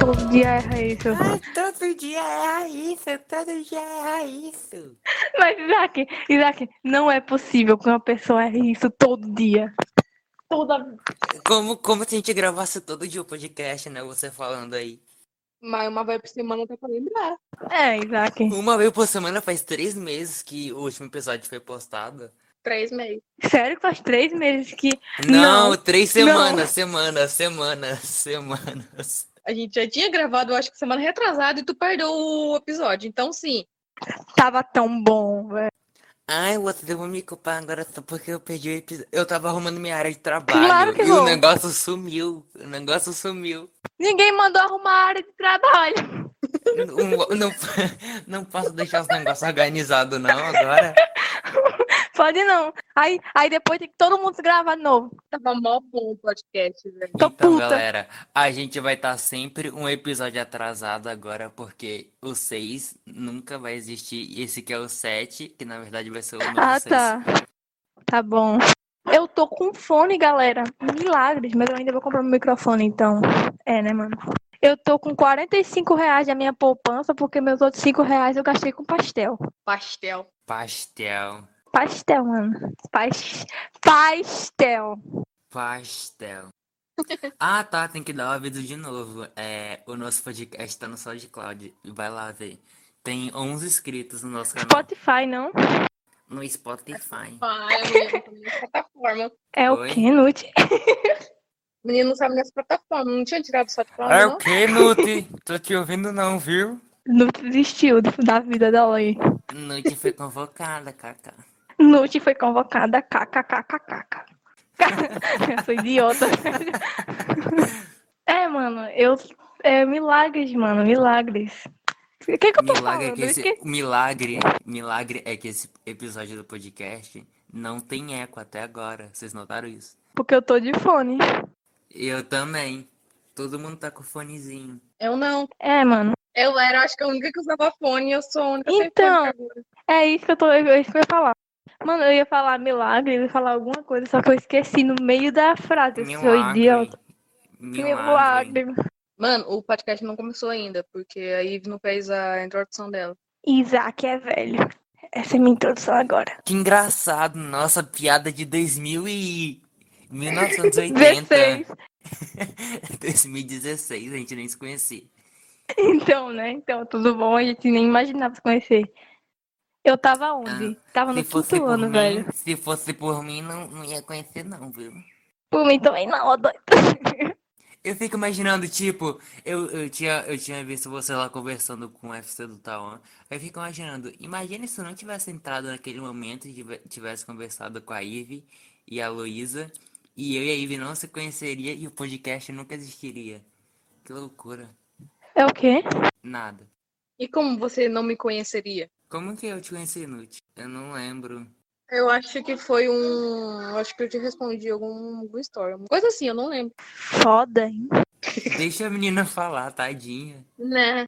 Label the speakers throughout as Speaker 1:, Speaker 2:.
Speaker 1: Todo dia erra isso.
Speaker 2: Ai, todo dia é isso, todo dia é isso.
Speaker 1: Mas, Isaac, Isaac, não é possível que uma pessoa erre isso todo dia. Toda.
Speaker 2: Como, como se a gente gravasse todo dia o podcast, né? Você falando aí.
Speaker 3: Mas uma vez por semana dá pra lembrar.
Speaker 1: É, Isaac.
Speaker 2: Uma vez por semana faz três meses que o último episódio foi postado.
Speaker 3: Três meses.
Speaker 1: Sério que faz três meses que.
Speaker 2: Não,
Speaker 1: Não,
Speaker 2: três
Speaker 1: não.
Speaker 2: semanas, semanas, semanas, semanas.
Speaker 3: A gente já tinha gravado, eu acho que semana retrasada, e tu perdeu o episódio. Então, sim.
Speaker 1: tava tão bom, velho.
Speaker 2: Ai, vocês vão me culpar agora só porque eu perdi o episódio. Eu tava arrumando minha área de trabalho
Speaker 1: Claro que
Speaker 2: e o
Speaker 1: vão.
Speaker 2: negócio sumiu. O negócio sumiu.
Speaker 1: Ninguém mandou arrumar a área de trabalho.
Speaker 2: não, não, não posso deixar os negócios organizados, não, agora.
Speaker 1: Pode não. Aí, aí depois tem que todo mundo se gravar de novo.
Speaker 3: Tava mó bom o podcast, velho.
Speaker 1: Tô
Speaker 2: então,
Speaker 1: puta.
Speaker 2: galera, a gente vai estar sempre um episódio atrasado agora, porque o 6 nunca vai existir. Esse que é o 7, que na verdade vai ser o número
Speaker 1: Ah,
Speaker 2: 6.
Speaker 1: tá. Tá bom. Eu tô com fone, galera. Milagres, mas eu ainda vou comprar um microfone, então. É, né, mano? Eu tô com 45 reais da minha poupança, porque meus outros 5 reais eu gastei com pastel.
Speaker 3: Pastel.
Speaker 2: Pastel,
Speaker 1: Pastel, mano. Pas... Pastel.
Speaker 2: pastel. ah, tá, tem que dar o aviso de novo. É, o nosso podcast tá no SoundCloud. Vai lá ver. Tem 11 inscritos no nosso canal.
Speaker 1: Spotify, não?
Speaker 2: No Spotify.
Speaker 3: Vai, menino, tá nessa plataforma.
Speaker 1: É
Speaker 2: Oi?
Speaker 1: o quê, Nute?
Speaker 3: O menino não sabe nessa plataforma. Não tinha tirado só de
Speaker 2: É
Speaker 3: falar,
Speaker 2: o
Speaker 3: não?
Speaker 2: que, Nute? Tô te ouvindo não, viu?
Speaker 1: Nute desistiu da vida dela aí.
Speaker 2: Nute foi convocada, Cacá.
Speaker 1: Nute foi convocada, kkkkk. eu sou idiota. é, mano, eu. É milagres, mano, milagres. O que, que eu tô
Speaker 2: Milagre é
Speaker 1: falando?
Speaker 2: que esse,
Speaker 1: Eu esque-
Speaker 2: milagre, milagre é que esse episódio do podcast não tem eco até agora. Vocês notaram isso?
Speaker 1: Porque eu tô de fone.
Speaker 2: Eu também. Todo mundo tá com fonezinho.
Speaker 3: Eu não.
Speaker 1: É, mano.
Speaker 3: Eu era, acho que a única que usava fone. Eu sou a única sem
Speaker 1: Então.
Speaker 3: fone agora.
Speaker 1: É isso que eu tô. É isso que eu ia falar. Mano, eu ia falar milagre, eu ia falar alguma coisa, só que eu esqueci no meio da frase. Eu sou idiota.
Speaker 2: Milagre.
Speaker 3: Mano, o podcast não começou ainda, porque a Ive não fez a introdução dela.
Speaker 1: Isaac é velho. Essa é minha introdução agora.
Speaker 2: Que engraçado. Nossa, piada de 2000 e... 1980.
Speaker 1: 16.
Speaker 2: 2016, a gente nem se conhecia.
Speaker 1: Então, né? Então, tudo bom, a gente nem imaginava se conhecer. Eu tava onde? Tava no
Speaker 2: Ah, Se fosse
Speaker 1: quinto
Speaker 2: por
Speaker 1: ano,
Speaker 2: mim,
Speaker 1: velho.
Speaker 2: se fosse por mim, não, não ia conhecer não, viu?
Speaker 1: Por mim também então, não, ó, doido.
Speaker 2: Eu fico imaginando, tipo, eu, eu, tinha, eu tinha visto você lá conversando com o FC do Tauan. Eu fico imaginando, imagina se eu não tivesse entrado naquele momento e tive- tivesse conversado com a Ive e a Luísa, e eu e a Ive não se conheceria e o podcast nunca existiria. Que loucura.
Speaker 1: É o quê?
Speaker 2: Nada.
Speaker 3: E como você não me conheceria?
Speaker 2: Como que eu te conheci, Nut? Eu não lembro.
Speaker 3: Eu acho que foi um. Acho que eu te respondi algum, algum story. Uma coisa assim, eu não lembro.
Speaker 1: Foda, hein?
Speaker 2: Deixa a menina falar, tadinha.
Speaker 3: Né?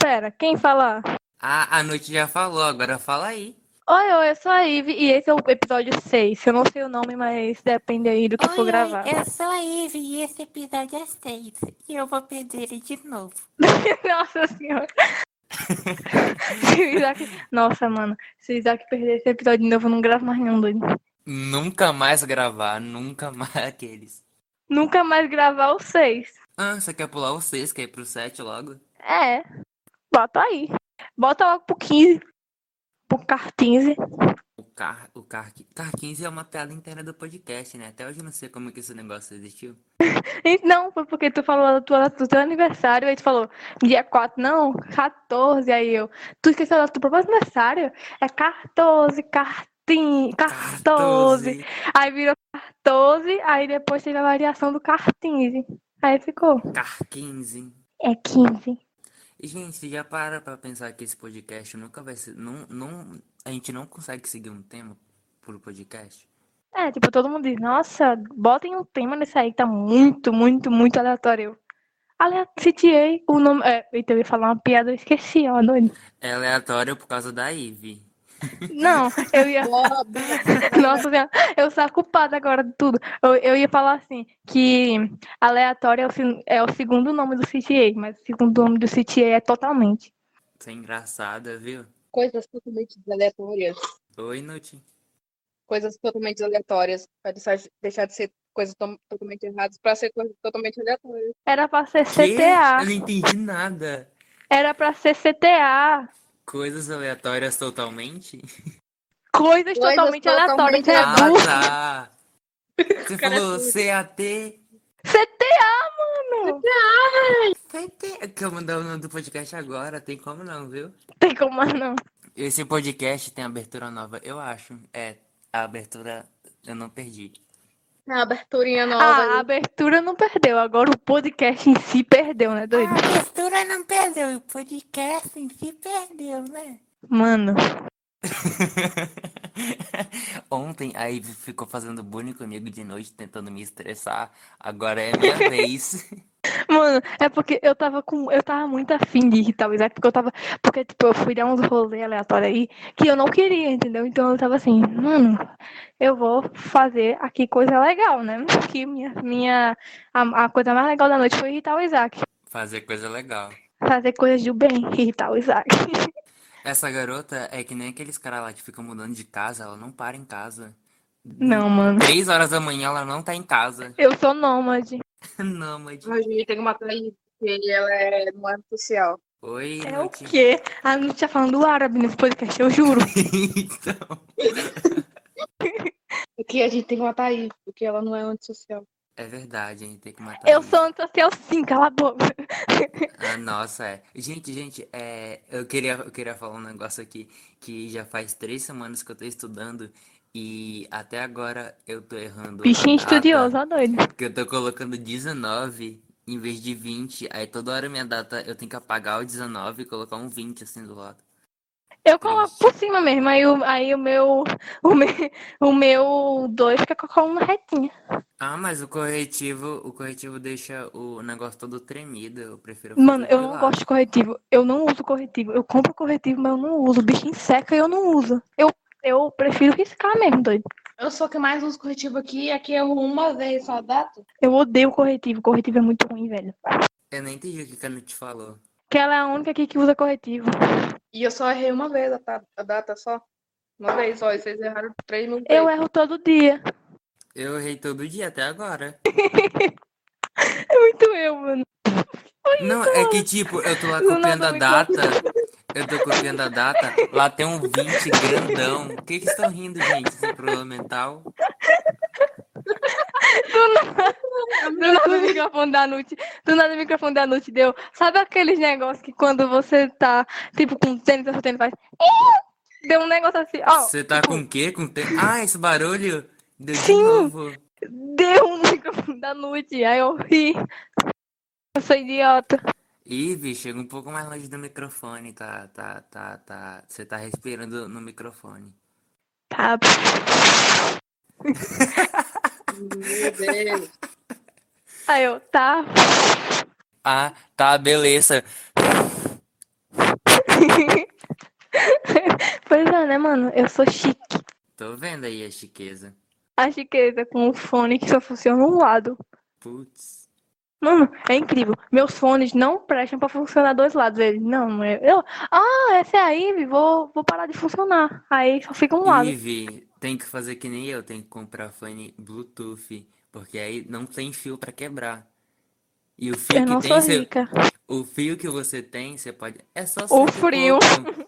Speaker 1: Pera, quem fala?
Speaker 2: Ah, a Nut já falou, agora fala aí.
Speaker 1: Oi, oi, eu sou a Ive e esse é o episódio 6. Eu não sei o nome, mas depende aí do que for gravado.
Speaker 2: eu sou a Eve é e esse episódio é 6. E eu vou perder ele de novo.
Speaker 1: Nossa senhora. Se o Isaac... Nossa, mano. Se o Isaac perder esse episódio de novo, eu não gravo mais nenhum, doido.
Speaker 2: Nunca mais gravar, nunca mais aqueles.
Speaker 1: Nunca mais gravar o 6.
Speaker 2: Ah, você quer pular o 6, quer ir pro 7 logo?
Speaker 1: É. Bota aí. Bota logo pro 15. Pro car 15.
Speaker 2: O Car, o car, car 15 é uma piada interna do podcast, né? Até hoje eu não sei como que esse negócio existiu.
Speaker 1: E Não, foi porque tu falou do teu, do teu aniversário, aí tu falou dia 4, não, 14, aí eu. Tu esqueceu do teu próprio aniversário? É 14, cartim, 14. Aí virou 14, aí depois teve a variação do car 15. Aí ficou.
Speaker 2: 14, Car 15.
Speaker 1: É 15.
Speaker 2: E, gente, já para pra pensar que esse podcast nunca vai ser. Não, não, a gente não consegue seguir um tema pro podcast?
Speaker 1: É, tipo, todo mundo diz, nossa, botem um tema nesse aí que tá muito, muito, muito aleatório. Aliás, citei o nome. É, eita, eu ia falar uma piada, eu esqueci, ó, doido.
Speaker 2: É aleatório por causa da Ivy.
Speaker 1: Não, eu ia.
Speaker 3: Bob.
Speaker 1: Nossa senhora, eu sou a culpada agora de tudo. Eu, eu ia falar assim, que aleatório é o, se- é o segundo nome do CTA, mas o segundo nome do CTA é totalmente.
Speaker 2: Você é engraçada, viu?
Speaker 3: Coisas totalmente aleatórias.
Speaker 2: Oi, Nuti.
Speaker 3: Coisas totalmente aleatórias. Pra deixar, deixar de ser coisas to- totalmente erradas pra ser coisas totalmente aleatórias.
Speaker 1: Era pra ser
Speaker 2: Que? Eu
Speaker 1: CTA.
Speaker 2: não entendi nada.
Speaker 1: Era pra ser CTA.
Speaker 2: Coisas aleatórias totalmente?
Speaker 3: Coisas
Speaker 1: Coisas totalmente aleatórias.
Speaker 3: totalmente
Speaker 1: Você é
Speaker 2: Ah,
Speaker 1: burro.
Speaker 2: tá. Você
Speaker 3: cara é
Speaker 2: falou
Speaker 3: burro.
Speaker 2: CAT.
Speaker 1: CTA, mano!
Speaker 2: CAT. Que eu mandar o nome do podcast agora, tem como não, viu?
Speaker 1: Tem como não.
Speaker 2: Esse podcast tem abertura nova, eu acho. É, a abertura eu não perdi.
Speaker 3: A aberturinha nova.
Speaker 1: Ah, a
Speaker 3: ali.
Speaker 1: abertura não perdeu. Agora o podcast em si perdeu, né, doido?
Speaker 2: abertura não perdeu, e o podcast em si perdeu, né?
Speaker 1: Mano,
Speaker 2: Ontem a Ivy ficou fazendo bullying comigo de noite, tentando me estressar. Agora é minha vez.
Speaker 1: mano, é porque eu tava com. Eu tava muito afim de irritar o Isaac, porque eu tava. Porque, tipo, eu fui dar uns rolê aleatório aí que eu não queria, entendeu? Então eu tava assim, mano, eu vou fazer aqui coisa legal, né? Que minha. minha a, a coisa mais legal da noite foi irritar o Isaac.
Speaker 2: Fazer coisa legal.
Speaker 1: Fazer coisas de bem, irritar o Isaac.
Speaker 2: Essa garota é que nem aqueles caras lá que ficam mudando de casa, ela não para em casa.
Speaker 1: Não, mano.
Speaker 2: Três horas da manhã ela não tá em casa.
Speaker 1: Eu sou nômade.
Speaker 2: Não, mas.
Speaker 3: A gente tem que matar ele, porque ela é, não é social.
Speaker 2: Oi,
Speaker 1: É o
Speaker 2: Nuti.
Speaker 1: quê? A gente tá falando árabe nesse podcast, eu juro.
Speaker 2: Então.
Speaker 3: Porque a gente tem que matar ele, porque ela não é antissocial.
Speaker 2: É verdade, a gente tem que matar
Speaker 1: Eu
Speaker 2: isso.
Speaker 1: sou antissocial sim, cala a boca.
Speaker 2: Ah, nossa, é. Gente, gente, é, eu queria, eu queria falar um negócio aqui que já faz três semanas que eu tô estudando e até agora eu tô errando. a
Speaker 1: Bichinho
Speaker 2: data,
Speaker 1: estudioso, ó doido.
Speaker 2: Porque eu tô colocando 19 em vez de 20. Aí toda hora minha data eu tenho que apagar o 19 e colocar um 20 assim do lado.
Speaker 1: Eu coloco por cima mesmo, aí o, aí o meu. O meu, o meu dois fica com a coluna retinha.
Speaker 2: Ah, mas o corretivo, o corretivo deixa o negócio todo tremido. Eu prefiro fazer
Speaker 1: Mano, eu
Speaker 2: de
Speaker 1: não
Speaker 2: lado.
Speaker 1: gosto de corretivo. Eu não uso corretivo. Eu compro corretivo, mas eu não uso. Bichinho seca e eu não uso. Eu, eu prefiro riscar mesmo, doido.
Speaker 3: Eu sou a que mais uso corretivo aqui, aqui eu erro uma vez só a data.
Speaker 1: Eu odeio corretivo. Corretivo é muito ruim, velho.
Speaker 2: Eu nem entendi o que que a Nut falou.
Speaker 1: Que ela é a única aqui que usa corretivo.
Speaker 3: E eu só errei uma vez a, ta- a data só. Uma vez, ó, e vocês erraram três mil
Speaker 1: Eu
Speaker 3: vezes.
Speaker 1: erro todo dia.
Speaker 2: Eu errei todo dia até agora.
Speaker 1: É muito eu, mano.
Speaker 2: Não, é que tipo, eu tô lá
Speaker 1: Do
Speaker 2: copiando
Speaker 1: nada
Speaker 2: a
Speaker 1: me
Speaker 2: data. Eu tô copiando a data. Lá tem um 20 grandão. O que que estão rindo, gente? Sem problema mental.
Speaker 1: Do nada o microfone da Nute. Do nada o microfone da Nute deu. Sabe aqueles negócios que quando você tá, tipo, com tênis, seu tênis faz. "Ih!" Deu um negócio assim, ó.
Speaker 2: Você tá com o quê? Com te... Ah, esse barulho deu de
Speaker 1: Sim.
Speaker 2: novo.
Speaker 1: Deu um microfone da Nute. Aí eu ri. Eu sou idiota.
Speaker 2: Ivy, chega um pouco mais longe do microfone, tá, tá, tá, tá. Você tá respirando no microfone.
Speaker 1: Tá.
Speaker 3: Meu Deus.
Speaker 1: Aí eu, tá.
Speaker 2: Ah, tá, beleza.
Speaker 1: pois é, né, mano? Eu sou chique.
Speaker 2: Tô vendo aí a chiqueza.
Speaker 1: A chiqueza com um fone que só funciona um lado.
Speaker 2: Putz.
Speaker 1: Mano, é incrível. Meus fones não prestam pra funcionar dois lados. Eles, não, não é. Eu, ah, essa é a Ivy, vou, vou parar de funcionar. Aí só fica um lado.
Speaker 2: Ivy, tem que fazer que nem eu, tem que comprar fone Bluetooth, porque aí não tem fio pra quebrar. E o fio
Speaker 1: Eu
Speaker 2: que
Speaker 1: não
Speaker 2: tem,
Speaker 1: sou
Speaker 2: você-
Speaker 1: rica.
Speaker 2: o fio que você tem, você pode. É só
Speaker 1: O
Speaker 2: você
Speaker 1: frio.
Speaker 2: colocar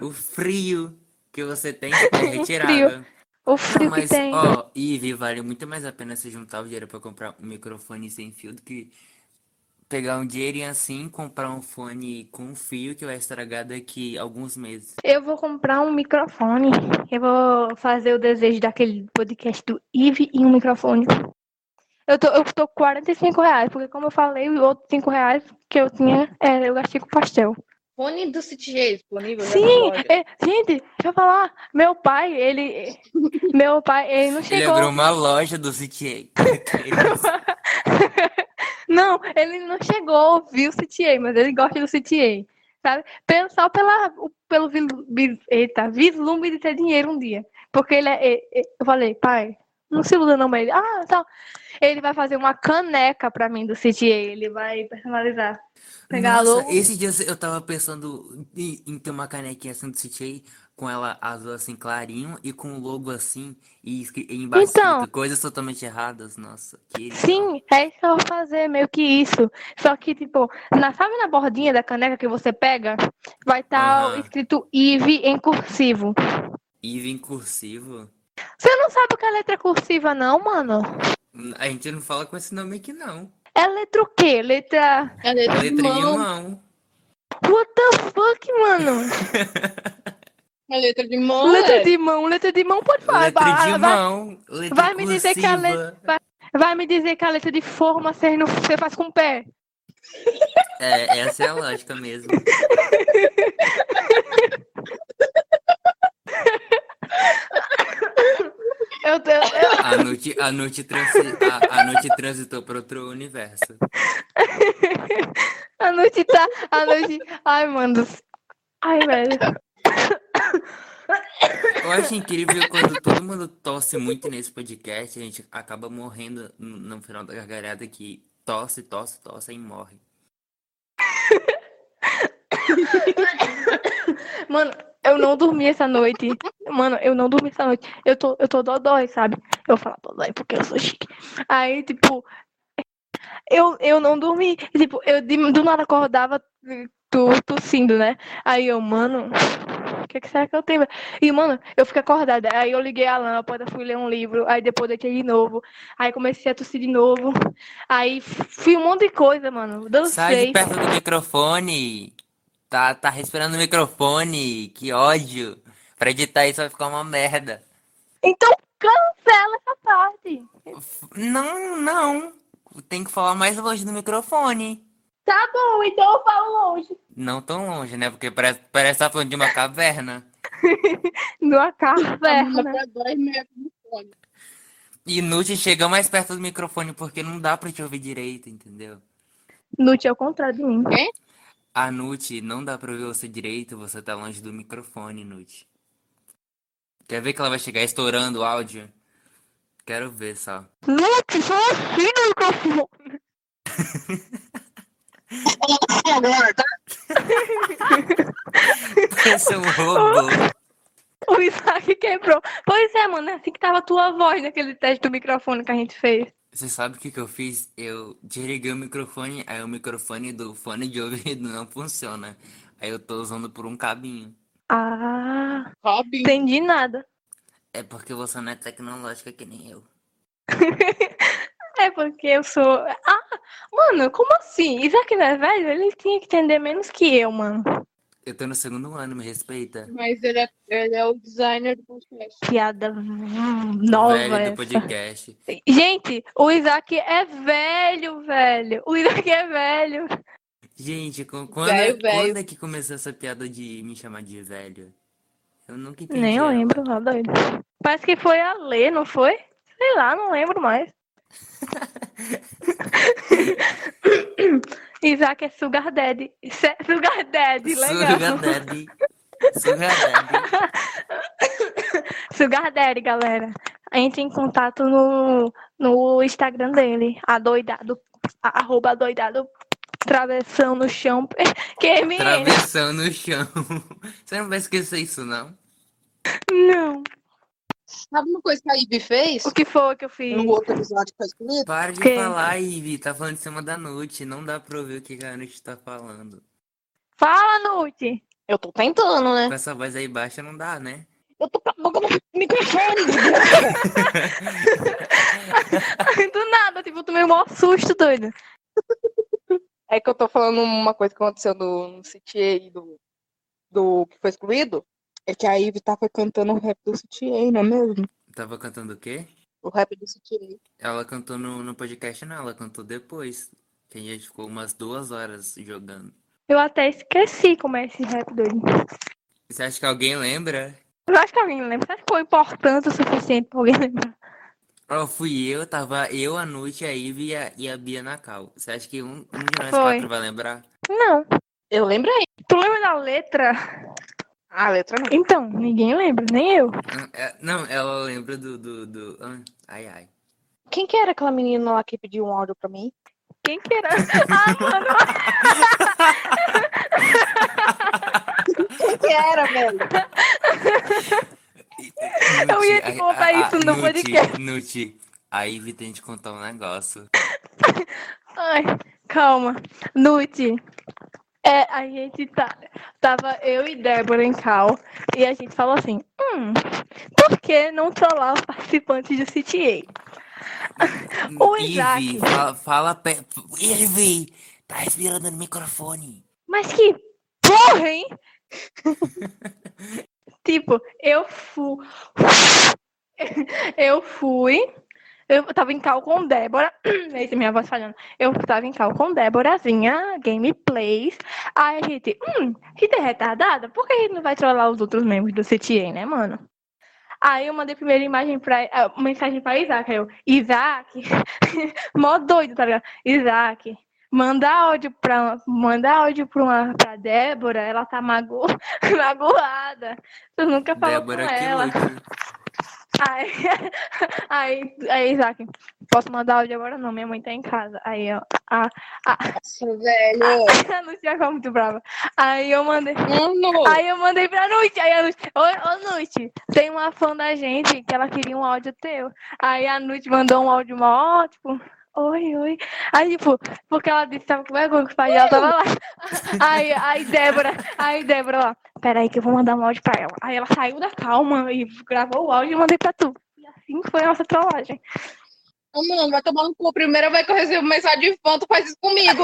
Speaker 2: um- O frio que você tem é retirável.
Speaker 1: O
Speaker 2: Não,
Speaker 1: frio que
Speaker 2: mas,
Speaker 1: tem.
Speaker 2: ó, Ivy, vale muito mais a pena você juntar o dinheiro pra comprar um microfone sem fio do que pegar um dinheirinho assim e comprar um fone com fio que vai estragar daqui alguns meses.
Speaker 1: Eu vou comprar um microfone. Eu vou fazer o desejo daquele podcast do Ivy e um microfone. Eu tô, eu tô com 45 reais, porque como eu falei, os outros 5 reais que eu tinha, é, eu gastei com pastel.
Speaker 3: Fone do CTA é disponível né? já na
Speaker 1: Sim,
Speaker 3: loja.
Speaker 1: é, gente, deixa eu falar. Meu pai, ele. Meu pai, ele não
Speaker 2: Ele
Speaker 1: chegou.
Speaker 2: abriu uma loja do CTA.
Speaker 1: Não, ele não chegou a ouvir o CTA, mas ele gosta do CTA. sabe? Pelo- Só pela, o- pelo vilu- vi- eita, vislumbre de ter dinheiro um dia. Porque ele é. é- é- Eu falei, pai, não se iluda não, mas ele. Ah, então. Ele vai fazer uma caneca pra mim do CTA, ele vai personalizar. Pegar a
Speaker 2: Nossa,
Speaker 1: logo.
Speaker 2: esse dia eu tava pensando em, em ter uma canequinha assim do CTA, com ela azul assim clarinho e com o logo assim e, escri- e embaixo
Speaker 1: Então.
Speaker 2: escrito coisas totalmente erradas. Nossa, que
Speaker 1: Sim, é isso que eu vou fazer, meio que isso. Só que, tipo, na, sabe na bordinha da caneca que você pega? Vai estar
Speaker 2: Aham.
Speaker 1: escrito IVE em cursivo.
Speaker 2: Eve em cursivo.
Speaker 1: Você não sabe o que é letra cursiva, não, mano?
Speaker 2: A gente não fala com esse nome aqui não.
Speaker 1: É letra o quê? Letra.
Speaker 3: É letra de
Speaker 2: Letrinha
Speaker 3: mão.
Speaker 2: não.
Speaker 1: What the fuck, mano?
Speaker 3: É letra de mão.
Speaker 1: letra
Speaker 3: é.
Speaker 1: de mão, letra de mão, pode falar.
Speaker 2: Letra
Speaker 1: vai, vai-
Speaker 2: de mão. Letra
Speaker 1: vai me dizer que a letra-
Speaker 2: cursiva.
Speaker 1: vai me dizer que a letra de forma você, não, você faz com o pé.
Speaker 2: É, essa é a lógica mesmo.
Speaker 1: Eu, eu- eu-
Speaker 2: A noite, a noite, transi- a, a noite transitou para outro universo.
Speaker 1: a noite tá. A noite. Ai, mano. do c- Ai, velho.
Speaker 2: Eu acho incrível quando todo mundo tosse muito nesse podcast, a gente acaba morrendo no, no final da gargalhada que tosse, tosse, tosse e morre.
Speaker 1: Mano, eu não dormi essa noite. Mano, eu não dormi essa noite. Eu tô, eu tô dodói, sabe? Eu vou falar dodói porque eu sou chique. Aí, tipo, eu, eu não dormi. E, Tipo, eu de- do nada acordava tu, tossindo, né? Aí eu, mano, o que, que será que eu tenho? E, mano, eu fiquei acordada. Aí eu liguei a lâmpada, fui ler um livro. Aí depois deitei de novo. Aí comecei a tossir de novo. Aí fui um monte de coisa, mano.
Speaker 2: Sai
Speaker 1: Dancei.
Speaker 2: de perto do microfone! Tá, tá respirando o microfone! Que ódio! Pra editar isso vai ficar uma merda.
Speaker 1: Então cancela essa parte.
Speaker 2: Não, não! Tem que falar mais longe do microfone.
Speaker 1: Tá bom, então eu falo longe.
Speaker 2: Não tão longe, né? Porque parece, parece que tá falando de uma caverna.
Speaker 1: Numa
Speaker 3: Tá bom,
Speaker 1: caverna.
Speaker 3: pra dois metros de fome.
Speaker 2: Inútil, chega mais perto do microfone porque não dá pra te ouvir direito, entendeu?
Speaker 1: Nute é o contrário de mim.
Speaker 2: A Nute, não dá pra ouvir você direito, você tá longe do microfone, Nute. Quer ver que ela vai chegar estourando o áudio? Quero ver só.
Speaker 1: Nute, sou assim no microfone.
Speaker 3: Agora, tá?
Speaker 2: Esse é um robô.
Speaker 1: O Isaac quebrou. Pois é, mano, é assim que tava a tua voz naquele teste do microfone que a gente fez.
Speaker 2: Você sabe o que que eu fiz? Eu desliguei o microfone, aí o microfone do fone de ouvido não funciona. Aí eu tô usando por um cabinho.
Speaker 1: Ah,
Speaker 3: Robin.
Speaker 1: entendi nada.
Speaker 2: É porque você não é tecnológica que nem eu.
Speaker 1: É porque eu sou. Ah, mano, como assim? Isaac não é velho? Ele tinha que entender menos que eu, mano.
Speaker 2: Eu tô no segundo ano, me respeita.
Speaker 3: Mas ele é, ele é o designer do podcast.
Speaker 1: Piada hum, nova.
Speaker 2: Velho do
Speaker 1: essa.
Speaker 2: podcast.
Speaker 1: Gente, o Isaac é velho, velho. O Isaac é velho.
Speaker 2: Gente, com- quando,
Speaker 3: Velho, velho.
Speaker 2: quando é que começou essa piada de me chamar de velho? Eu nunca entendi. é.
Speaker 1: Nem
Speaker 2: ela.
Speaker 1: lembro, tá doido. Parece que foi a Lê, não foi? Sei lá, não lembro mais. Isaac é Sugar Daddy. Isso é Sugar Daddy, legal.
Speaker 2: Sugar Daddy. Sugar Daddy.
Speaker 1: Sugar Daddy, galera. Entre em contato no, no Instagram dele. Adoidado. a- Arroba adoidado. Travessão no chão. QMN.
Speaker 2: Travessão no chão. Você não vai esquecer isso, não?
Speaker 1: Não.
Speaker 3: Sabe uma coisa que a Ivy fez?
Speaker 1: O que foi que eu fiz?
Speaker 3: No outro episódio que foi escolhido?
Speaker 2: Para de
Speaker 1: Que?
Speaker 2: falar, Ivy. Tá falando em cima da noite. Não dá pra ouvir o que a noite tá falando.
Speaker 1: Fala, Nute.
Speaker 3: Eu tô tentando, né?
Speaker 1: É.
Speaker 2: Com essa voz aí baixa não dá, né?
Speaker 3: Eu tô com a boca Tá no microfone.
Speaker 1: Do nada, tipo, eu tomei um maior susto, doido.
Speaker 3: É que eu tô falando uma coisa que aconteceu no, no CTA e do, do que foi excluído. É que a Ivy tava cantando o rap do CTA, não é mesmo?
Speaker 2: Tava cantando o quê?
Speaker 3: O rap do CTA.
Speaker 2: Ela cantou no, no podcast, não. Ela cantou depois. Que a gente ficou umas duas horas jogando.
Speaker 1: Eu até esqueci como é esse rap doido.
Speaker 2: Você acha que alguém lembra?
Speaker 1: Eu acho que alguém lembra. Será que foi importante o suficiente pra alguém lembrar?
Speaker 2: Ó, fui eu, tava eu, a Nute, a Ivy e a, e a Bia Nakal. Você acha que um, um de nós
Speaker 1: Foi.
Speaker 2: quatro vai lembrar?
Speaker 1: Não.
Speaker 3: Eu lembrei. Ah,
Speaker 1: Tu lembra da letra?
Speaker 3: A letra não.
Speaker 1: Então, ninguém lembra, nem eu.
Speaker 2: Hum, é- Não, ela lembra do. do, do... hum, Ai, ai.
Speaker 4: Quem que era aquela menina lá que pediu um áudio pra mim?
Speaker 1: Quem que era? Ai, mano,
Speaker 4: Quem que era, velho?
Speaker 1: Eu ia te
Speaker 2: Nuti,
Speaker 1: contar
Speaker 2: a- a-
Speaker 1: isso no
Speaker 2: Nuti,
Speaker 1: podcast.
Speaker 2: Nuti, a Ivy tem de contar um negócio.
Speaker 1: Ai, calma. Nude. É, a gente tá, tava eu e Débora em cal e a gente falou assim, hum, por que não trollar os participantes do CTA? O
Speaker 2: Ivy,
Speaker 1: Isaac.
Speaker 2: fala, fala pe- Ivy, tá respirando no microfone.
Speaker 1: Mas que porra, hein? tipo, eu fui. eu fui. Eu tava em cal com Débora. Eita, minha voz falhando. Eu tava em cal com Déborazinha, gameplays. Aí a gente, hum, gente é retardada? Por que a gente não vai trollar os outros membros do CTA, né, mano? Aí eu mandei a primeira imagem pra, ah, mensagem pra Isaac. Aí eu, Isaac, mó doido, tá ligado? Isaac, mandar áudio pra mandar áudio pra, uma, pra Débora, ela tá mago, magoada. Tu nunca falou
Speaker 2: Débora,
Speaker 1: com
Speaker 2: que
Speaker 1: ela.
Speaker 2: lute.
Speaker 1: Aí, aí, aí, é Isaac, posso mandar áudio agora? Não, minha mãe tá em casa. Aí, ó, a,
Speaker 4: Nossa, velho.
Speaker 1: a Lucia ficou muito brava. Aí eu mandei.
Speaker 3: Mano,
Speaker 1: Aí eu mandei pra Nute, aí a Nute, ô, ô Nute, tem uma fã da gente que ela queria um áudio teu. Aí a Nute mandou um áudio mó, tipo, oi, oi. Aí, tipo, porque ela disse, tava com vergonha que os pais dela tava lá. Aí, aí Débora, aí Débora lá, peraí que eu vou mandar um áudio pra ela. Aí ela saiu da calma e gravou o áudio e mandei pra tu. E assim foi a nossa trollagem.
Speaker 3: mano, vai tomar no cu. Primeira vez que eu recebo mensagem de fã, tu faz isso comigo.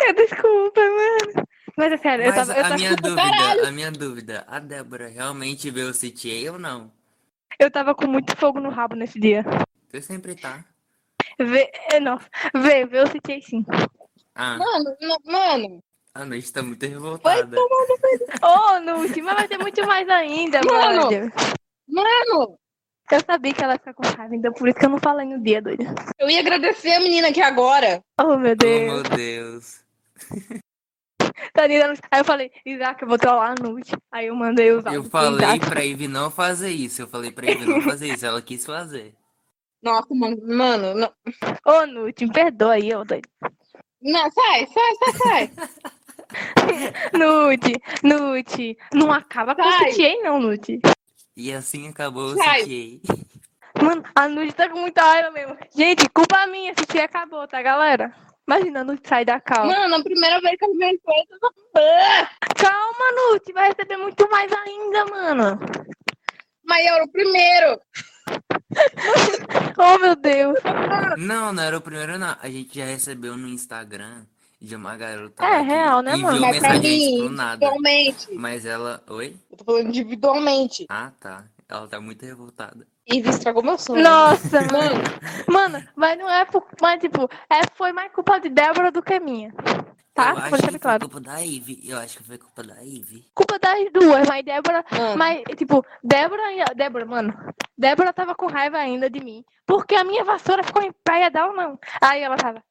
Speaker 1: Eu, Desculpa, mano. Mas é sério, eu
Speaker 2: Mas
Speaker 1: tava, eu,
Speaker 2: a
Speaker 1: tava,
Speaker 2: minha dúvida,
Speaker 3: caralho.
Speaker 2: a minha dúvida, a Débora realmente veio o CTA ou não?
Speaker 1: eu tava com muito fogo no rabo nesse dia.
Speaker 2: Você sempre tá.
Speaker 1: Vê, é, nossa, vê, vê, eu assim. citei sim.
Speaker 2: Ah,
Speaker 3: Mano, não- mano.
Speaker 2: a noite tá muito revoltada.
Speaker 1: Ô, Nuti, mas vai ter muito mais ainda,
Speaker 3: Mano!
Speaker 1: mano.
Speaker 3: Mano,
Speaker 1: Eu sabia que ela ia ficar com raiva, então por isso que eu não falei no dia, doida.
Speaker 3: eu ia agradecer a menina aqui agora.
Speaker 1: Oh, meu
Speaker 2: Oh,
Speaker 1: Deus.
Speaker 2: meu Deus.
Speaker 1: Tá ligado? Aí eu falei, Isaac, eu vou trollar a Nuti. Aí eu mandei os
Speaker 2: Eu
Speaker 1: áudios pro
Speaker 2: falei
Speaker 1: Isaac.
Speaker 2: pra Ivy não fazer isso. Eu falei pra Ivy não fazer isso. Ela quis fazer.
Speaker 3: Nossa, mano. Mano, não.
Speaker 1: Ô, Nuti, me perdoa aí, ô, doida.
Speaker 3: Não, sai, sai, sai, sai.
Speaker 1: Nuti, Nuti, não acaba com o
Speaker 3: Sai.
Speaker 1: CTA, não, Nuti.
Speaker 2: E assim acabou o
Speaker 3: Sai.
Speaker 2: CTA.
Speaker 1: Mano, a Nuti tá com muita raiva mesmo. Gente, culpa minha, CTA acabou, tá, galera? Imagina, a Nuti sai da calma.
Speaker 3: Mano, a primeira vez que eu vi um coisa.
Speaker 1: Calma, Nuti, vai receber muito mais ainda, mano.
Speaker 3: Mas eu era o primeiro.
Speaker 1: Oh, meu Deus.
Speaker 2: Não, não era o primeiro, não. A gente já recebeu no Instagram de uma garota.
Speaker 1: É
Speaker 2: lá que
Speaker 1: real, né,
Speaker 2: enviou
Speaker 1: mano? Mas
Speaker 3: pra
Speaker 2: mensagem
Speaker 3: mim,
Speaker 2: pro nada.
Speaker 3: Individualmente.
Speaker 2: Mas ela. Oi?
Speaker 3: Eu tô falando individualmente.
Speaker 2: Ah, tá. Ela tá muito revoltada.
Speaker 3: E estragou meu sonho.
Speaker 1: Nossa, mano.
Speaker 3: Mano,
Speaker 1: Mano, mas não é por. Mas, tipo, é, foi mais culpa de Débora do que minha. Tá?
Speaker 2: Eu
Speaker 1: Vou deixar
Speaker 2: acho que
Speaker 1: bem
Speaker 2: foi
Speaker 1: claro.
Speaker 2: culpa da Ivy. Eu acho que foi culpa da Ivy.
Speaker 1: Culpa das duas, mas Débora.
Speaker 3: mano.
Speaker 1: Mas, tipo, Débora. e- Débora, mano. Débora tava com raiva ainda de mim. Porque a minha vassoura ficou em praia da ou não. Aí ela tava.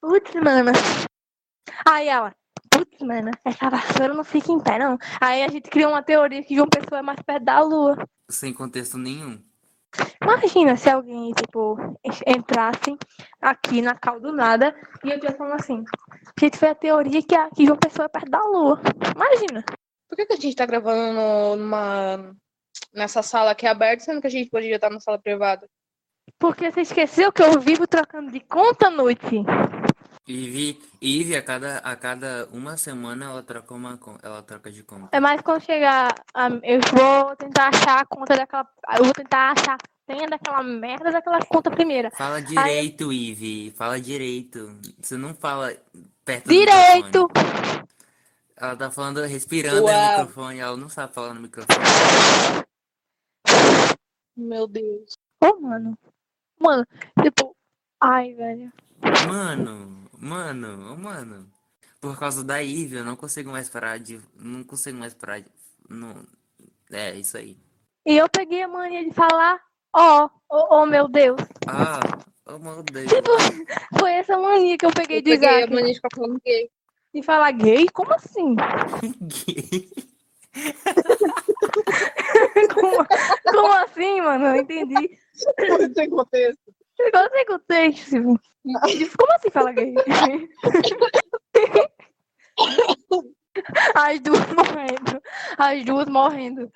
Speaker 1: Putz, mana. Aí ela. Putz, mana, essa vassoura não fica em pé, não. Aí a gente criou uma teoria que João Pessoa é mais perto da lua.
Speaker 2: Sem contexto nenhum.
Speaker 1: Imagina se alguém, tipo, en- entrasse aqui na cal do nada e eu tivesse falando assim, gente, foi a teoria que, a, que João Pessoa é perto da Lua. Imagina.
Speaker 3: Por que, que a gente tá gravando no- numa... nessa sala aqui aberta, sendo que a gente poderia estar na sala privada?
Speaker 1: Porque você esqueceu que eu vivo trocando de conta, Nuti.
Speaker 2: Ivy, Ivy a, cada, a cada uma semana ela troca uma con- ela troca de conta.
Speaker 1: É mais quando chegar, a- eu vou tentar achar a conta daquela, eu vou tentar achar a senha daquela merda daquela conta primeira.
Speaker 2: Fala direito, Ivy. Fala direito. Você não fala perto do microfone.
Speaker 1: Direito!
Speaker 2: Ela tá falando, respirando
Speaker 3: Uau.
Speaker 2: no microfone, ela não sabe falar no microfone.
Speaker 3: Meu Deus.
Speaker 1: Ô, mano. Mano, tipo, ai, velho.
Speaker 2: Mano, mano, ô, mano. Por causa da Ivy, eu não consigo mais parar de. Não consigo mais parar de. Não... É, isso aí.
Speaker 1: E eu peguei a mania de falar, ó, oh, oh, meu Deus.
Speaker 2: Ah, oh meu Deus.
Speaker 1: Tipo, foi essa mania que eu peguei
Speaker 3: Eu
Speaker 1: de
Speaker 3: peguei a
Speaker 1: Isaac.
Speaker 3: mania de ficar falando gay.
Speaker 1: E falar gay? Como assim?
Speaker 2: Gay.
Speaker 1: Como, como assim, mano? Eu entendi.
Speaker 3: Não tem contexto.
Speaker 1: Agora sem contexto. Como assim fala gay? As duas morrendo. As duas morrendo.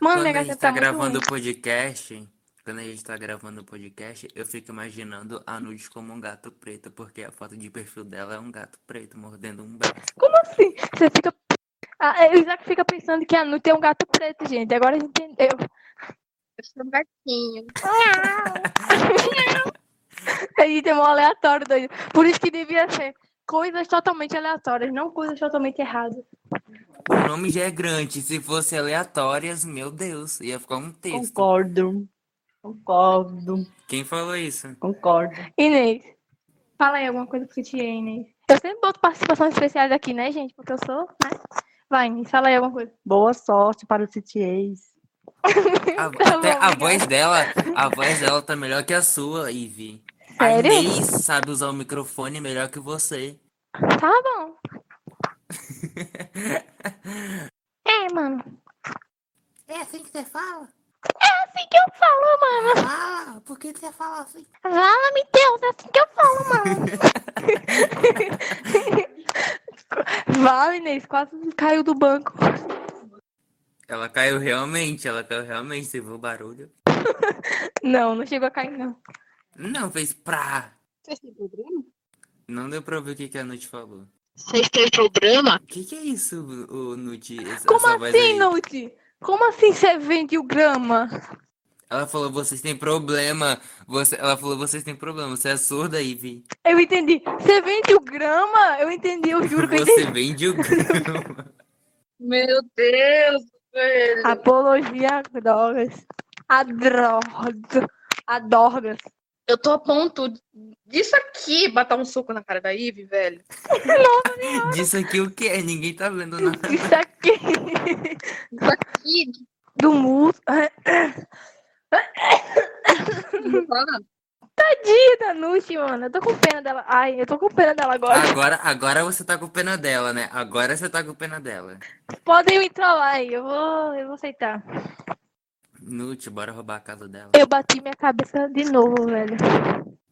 Speaker 1: Mano,
Speaker 2: Quando a
Speaker 1: nega, você
Speaker 2: gente tá
Speaker 1: tá
Speaker 2: gravando
Speaker 1: muito
Speaker 2: o podcast, quando a gente tá gravando o podcast, eu fico imaginando a Nudes como um gato preto, porque a foto de perfil dela é um gato preto mordendo um braço.
Speaker 1: assim. Você fica... Ah, é, o Isaac fica pensando que a Nuti é um gato preto, gente. Agora a gente entendeu.
Speaker 4: Eu sou um gatinho.
Speaker 1: A gente é mó aleatório. Doido. Por isso que devia ser coisas totalmente aleatórias, não coisas totalmente erradas.
Speaker 2: O nome já é grande, se fosse aleatórias, meu Deus, ia ficar um texto.
Speaker 5: Concordo. Concordo.
Speaker 2: Quem falou isso?
Speaker 5: Concordo.
Speaker 1: Inês, fala aí alguma coisa que você tinha, Inês. Eu sempre boto participações especiais aqui, né, gente? Porque eu sou, né? Vai, Inês, fala aí alguma coisa.
Speaker 5: Boa sorte para os CTAs.
Speaker 2: A-
Speaker 1: Tá bom,
Speaker 2: até a
Speaker 1: obrigada.
Speaker 2: voz dela, a voz dela tá melhor que a sua, Ivy.
Speaker 1: Sério?
Speaker 2: A Inês sabe usar o microfone melhor que você.
Speaker 1: Tá bom. É, mano.
Speaker 2: É assim que você fala?
Speaker 1: É assim que eu falo, mano.
Speaker 2: Ah, por que você fala assim?
Speaker 1: Fala-me, Deus, é assim que eu falo, mano. Vale, Inês, quase caiu do banco.
Speaker 2: Ela caiu realmente, ela caiu realmente, você viu o barulho?
Speaker 1: Não, não chegou a cair, não.
Speaker 2: Não, fez pra.
Speaker 4: Vocês têm problema?
Speaker 2: Não deu pra ouvir o que, que a Nut falou.
Speaker 4: Vocês têm problema?
Speaker 2: O que, que é isso, o Nut? Essa,
Speaker 1: Como
Speaker 2: essa voz
Speaker 1: assim,
Speaker 2: aí?
Speaker 1: Nude? Como assim você vende o grama?
Speaker 2: Ela falou, vocês têm problema. Você... Ela falou, vocês têm problema. Você é surda, Ivy.
Speaker 1: Eu entendi. Você vende o grama? Eu entendi, eu juro que eu entendi.
Speaker 2: Você vende o grama.
Speaker 4: Meu Deus, velho.
Speaker 1: Apologia a drogas. A droga. A drogas.
Speaker 4: Eu tô a ponto disso aqui, botar um suco na cara da Ivy, velho.
Speaker 2: Disso aqui o que é? Ninguém tá vendo nada.
Speaker 1: Isso aqui.
Speaker 4: Ih,
Speaker 1: Do mundo.
Speaker 4: não fala.
Speaker 1: Tadinha da Nude, mano. Eu tô com pena dela. Ai, eu tô com pena dela agora.
Speaker 2: Agora, agora você tá com pena dela, né? Agora você tá com pena dela.
Speaker 1: Podem me trollar aí. Eu vou, eu vou aceitar.
Speaker 2: Nut, bora roubar a casa dela.
Speaker 1: Eu bati minha cabeça de novo, velho.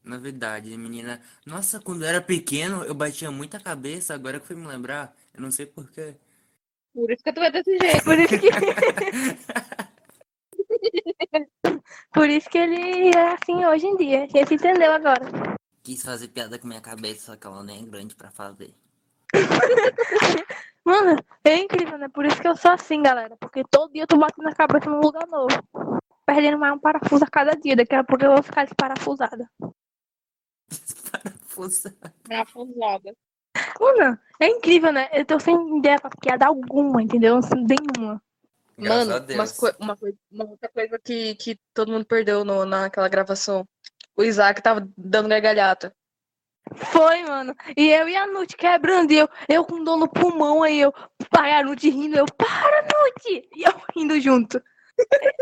Speaker 2: Novidade, menina. Nossa, quando eu era pequeno, eu batia muita cabeça. Agora que eu fui me lembrar, eu não sei porquê.
Speaker 4: Por isso que tu é desse jeito.
Speaker 1: Por isso que. Por isso que ele é assim hoje em dia. Ele se entendeu agora.
Speaker 2: Quis fazer piada com minha cabeça, só que ela nem é grande pra fazer.
Speaker 1: Mano, é incrível, né? Por isso que eu sou assim, galera. Porque todo dia eu tô batendo a cabeça num lugar novo. Perdendo mais um parafuso a cada dia. Daqui a pouco eu vou ficar desparafusada.
Speaker 2: Força.
Speaker 4: Na fusada.
Speaker 1: Mano, é incrível, né? Eu tô sem ideia pra piada alguma, entendeu? Sem nenhuma.
Speaker 2: Graças a
Speaker 4: Mano, umas
Speaker 2: Deus.
Speaker 4: coi- uma, coi- uma outra coisa que, que todo mundo perdeu no, naquela gravação. O Isaac tava dando gargalhada.
Speaker 1: Foi, mano. E eu e a Nute quebrando. E eu, eu com dor no pulmão. Aí eu, pai, a Nute rindo. Eu, para, Nute! E eu rindo junto.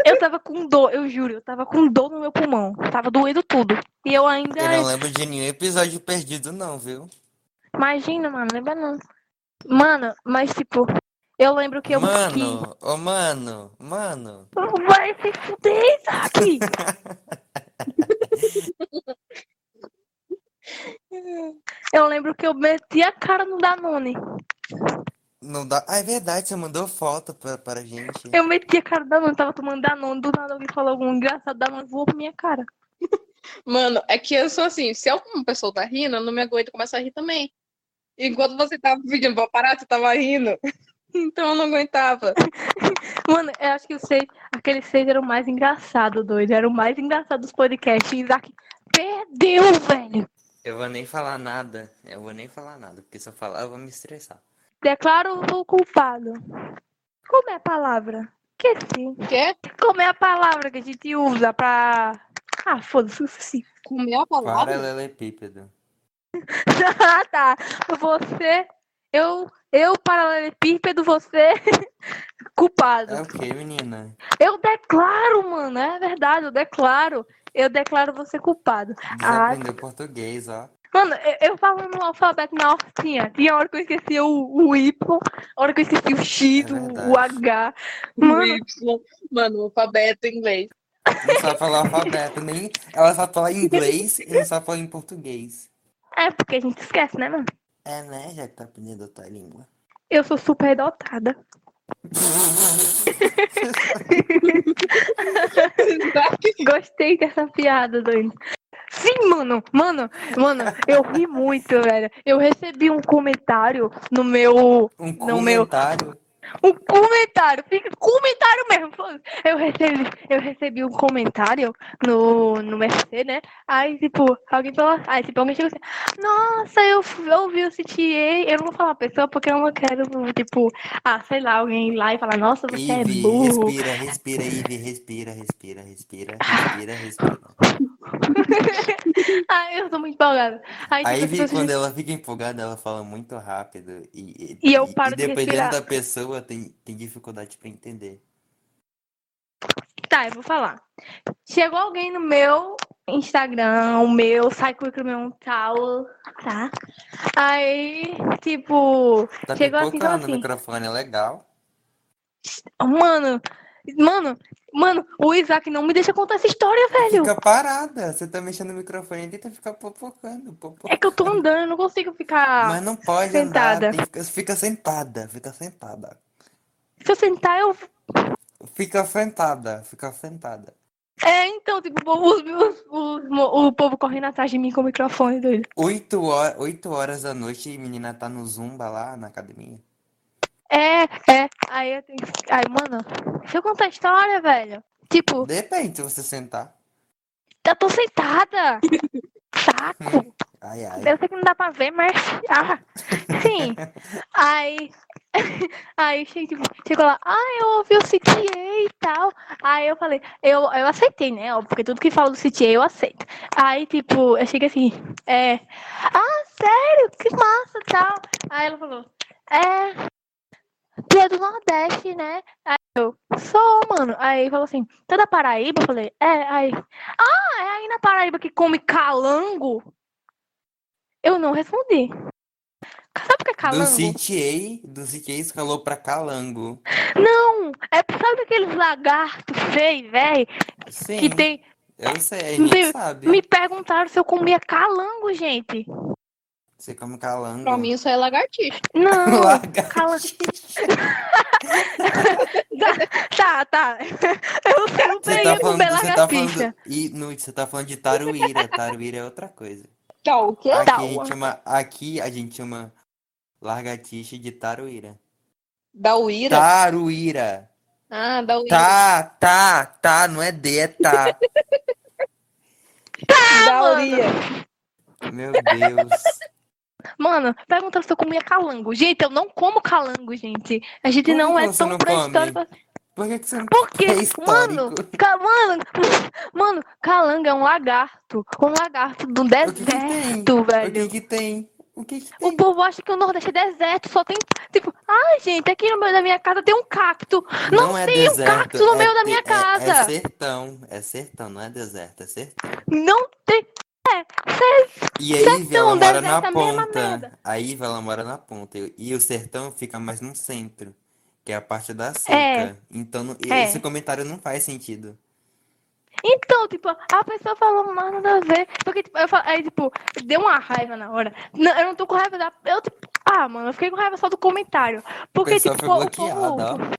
Speaker 1: Eu tava com dor, eu juro. Eu tava com dor no meu pulmão. Tava doendo tudo. E eu ainda.
Speaker 2: Eu não lembro de nenhum episódio perdido, não, viu?
Speaker 1: Imagina, mano, lembra não. Mano, mas tipo, eu lembro que eu que-
Speaker 2: Mano, ô mano, mano.
Speaker 1: Vai se fuder, Isaac! eu lembro que eu meti a cara no Danone.
Speaker 2: Não dá. Ah, é verdade, você mandou foto pra, pra gente.
Speaker 1: Eu meti a cara no Danone, tava tomando Danone, do nada alguém falou algum engraçado, Danone voou pra minha cara.
Speaker 4: Mano, é que eu sou assim, se alguma pessoa tá rindo, eu não me aguento, eu começo a rir também. Enquanto você tava pedindo pra eu parar, você tava rindo. Então eu não aguentava.
Speaker 1: Mano, eu acho que o seis, aquele seis era o mais engraçado, doido. Era o mais engraçado dos podcasts. Isaac perdeu, velho.
Speaker 2: Eu vou nem falar nada. Eu vou nem falar nada, porque se eu falar, eu vou me estressar.
Speaker 1: Declaro o culpado. Como é a palavra? Esqueci.
Speaker 4: Quer
Speaker 1: Como é a palavra que a gente usa pra. Ah, foda-se, esqueci.
Speaker 4: comer a
Speaker 2: né?
Speaker 4: palavra?
Speaker 2: Paralelepípedo.
Speaker 1: Ah, tá. Você, eu, eu, paralelepípedo, você,
Speaker 2: É
Speaker 1: culpado.
Speaker 2: o que, menina?
Speaker 1: Eu declaro, mano, é verdade, eu declaro. Eu declaro você culpado. Ah.
Speaker 2: Desaprendeu português, ó.
Speaker 1: Mano, eu, eu falando o alfabeto na hortinha. Tinha hora que eu esquecia o, o Y, hora que eu esquecia o X,
Speaker 2: É
Speaker 1: o, o H.
Speaker 4: Mano.
Speaker 1: Mano,
Speaker 4: Mano, o alfabeto em inglês.
Speaker 2: Não sabe falar alfabeto, nem. Ela só fala inglês e não sabe falar em português.
Speaker 1: é porque a gente esquece, né, mano?
Speaker 2: É, né? Já que tá aprendendo outra língua.
Speaker 1: Eu sou super dotada.
Speaker 4: Tá
Speaker 1: Gostei dessa piada, Dani. Sim, mano, mano, mano, eu ri muito, velho. Eu recebi um comentário no meu.
Speaker 2: Um
Speaker 1: Não, meu.
Speaker 2: comentário.
Speaker 1: Um comentário, fica- comentário mesmo. foda-se. Eu recebi, eu recebi um comentário no, no MSC, né? Aí, tipo, alguém falou. Aí, tipo, alguém chegou assim: Nossa, eu, f- eu ouvi o CTA. Eu não vou falar a pessoa porque eu não quero, tipo, ah, sei lá, alguém ir lá e falar: Nossa, você é
Speaker 2: Ive,
Speaker 1: burro.
Speaker 2: respira, respira, Ive, respira, respira, respira, respira, respira.
Speaker 1: Ai, eu tô muito empolgada. Aí,
Speaker 2: A
Speaker 1: tipo, as
Speaker 2: Ivy,
Speaker 1: pessoas
Speaker 2: quando ela fica empolgada, ela fala muito rápido. E,
Speaker 1: E eu paro de
Speaker 2: dependendo
Speaker 1: respirar.
Speaker 2: da pessoa, tem, tem dificuldade pra entender.
Speaker 1: Tá, eu vou falar. Chegou alguém no meu Instagram, o meu, sai com o meu um tal, tá? Aí, tipo,
Speaker 2: Tá
Speaker 1: Chegou assim,
Speaker 2: pipocando
Speaker 1: fala
Speaker 2: o
Speaker 1: assim.
Speaker 2: microfone, é legal.
Speaker 1: mano, mano, mano, o Isaac não me deixa contar essa história, velho.
Speaker 2: Fica parada, você tá mexendo o microfone, tenta ficar popocando, popocando.
Speaker 1: É que eu tô andando, eu não consigo ficar.
Speaker 2: Mas não pode
Speaker 1: sentada.
Speaker 2: andar, tem que ficar- fica sentada, fica sentada.
Speaker 1: Se eu sentar, eu.
Speaker 2: Fica sentada, fica sentada.
Speaker 1: É, então, tipo, os, os, os- o povo correndo atrás de mim com o microfone doido.
Speaker 2: Oito horas, oito horas da noite e a menina tá no Zumba lá na academia.
Speaker 1: É, é. Aí eu tenho. Aí, mano, deixa eu contar a história, velho. Tipo,
Speaker 2: Depende se você sentar.
Speaker 1: eu tô sentada. Saco.
Speaker 2: Ai, ai.
Speaker 1: Eu sei que não dá pra ver, mas. Ah, sim. aí. Aí che- tipo, chegou lá, ah, eu ouvi o CTA e tal. Aí eu falei, eu, eu aceitei, né? Ó, Porque tudo que fala do CTA eu aceito. Aí, tipo, eu cheguei assim, é. Ah, sério? Que massa e tal. Aí ela falou, é. Tu é do Nordeste, né? Aí eu, sou, mano. Aí falou assim, tu é da Paraíba? Eu falei, é. Aí, ah, é aí na Paraíba que come calango? Eu não respondi. Sabe o que é
Speaker 2: Do
Speaker 1: calango?
Speaker 2: CTA, do CTA escalou pra Calango.
Speaker 1: Não, é sabe aqueles lagartos feios, velho,
Speaker 2: Sim,
Speaker 1: que tem.
Speaker 2: eu sei, a
Speaker 1: Não
Speaker 2: gente
Speaker 1: tem-
Speaker 2: sabe.
Speaker 1: Me perguntaram se eu comia calango, gente.
Speaker 2: Você come calango.
Speaker 4: Pra mim, isso é lagartixa.
Speaker 1: Não,
Speaker 2: Lagartixa.
Speaker 1: calango. tá, tá. Eu um
Speaker 2: Você
Speaker 1: super
Speaker 2: tá
Speaker 1: ia
Speaker 2: falando,
Speaker 1: comer
Speaker 2: você tá falando,
Speaker 1: lagartixa.
Speaker 2: e Nude, você tá falando de taruíra. Taruíra é outra coisa.
Speaker 4: Tá, o quê?
Speaker 2: Aqui a
Speaker 1: Taua.
Speaker 2: gente chama, aqui a gente chama largatixa de taruíra.
Speaker 4: Da Uira?
Speaker 2: Taruíra.
Speaker 4: Ah, da Uira.
Speaker 2: Tá, tá, tá, não é D, é tá.
Speaker 4: Ah, da
Speaker 1: mano.
Speaker 4: Uria.
Speaker 2: Meu Deus.
Speaker 1: Mano, perguntaram se eu comia calango. Gente, eu não como calango, gente. A gente
Speaker 2: Por que
Speaker 1: não é
Speaker 2: você
Speaker 1: tão
Speaker 2: não come?
Speaker 1: pré-histórico.
Speaker 2: Por que, que você não
Speaker 1: Porque,
Speaker 2: é
Speaker 1: mano,
Speaker 2: histórico?
Speaker 1: ca- mano, mano, calango é um lagarto. Um lagarto do
Speaker 2: O que que tem?
Speaker 1: deserto, velho.
Speaker 2: O que que tem? O que que tem?
Speaker 1: O povo acha que o Nordeste é deserto, só tem, tipo, ai, gente, aqui no meio da minha casa tem um cacto. Não,
Speaker 2: é
Speaker 1: tem um
Speaker 2: deserto,
Speaker 1: cacto no
Speaker 2: é
Speaker 1: meio da
Speaker 2: te-
Speaker 1: minha
Speaker 2: é-
Speaker 1: casa.
Speaker 2: É, sertão, é sertão, não é deserto, é sertão.
Speaker 1: Não tem.
Speaker 2: E a Iva,
Speaker 1: Sertão,
Speaker 2: ela mora
Speaker 1: deserto,
Speaker 2: na
Speaker 1: a mesma
Speaker 2: ponta.
Speaker 1: merda.
Speaker 2: A Iva, ela mora na ponta. E- E o sertão fica mais no centro, que é a parte da
Speaker 1: É.
Speaker 2: seca. Então, não- e-
Speaker 1: É.
Speaker 2: esse comentário não faz sentido.
Speaker 1: Então, tipo, a pessoa falou, mas nada a ver. Porque, tipo, eu falo, aí, tipo, deu uma raiva na hora. Não, eu não tô com raiva da. Eu, tipo, ah, mano, eu fiquei com raiva só do comentário.
Speaker 2: A
Speaker 1: Porque,
Speaker 2: pessoa
Speaker 1: tipo,
Speaker 2: foi
Speaker 1: o
Speaker 2: bloqueada, ó.
Speaker 1: povo.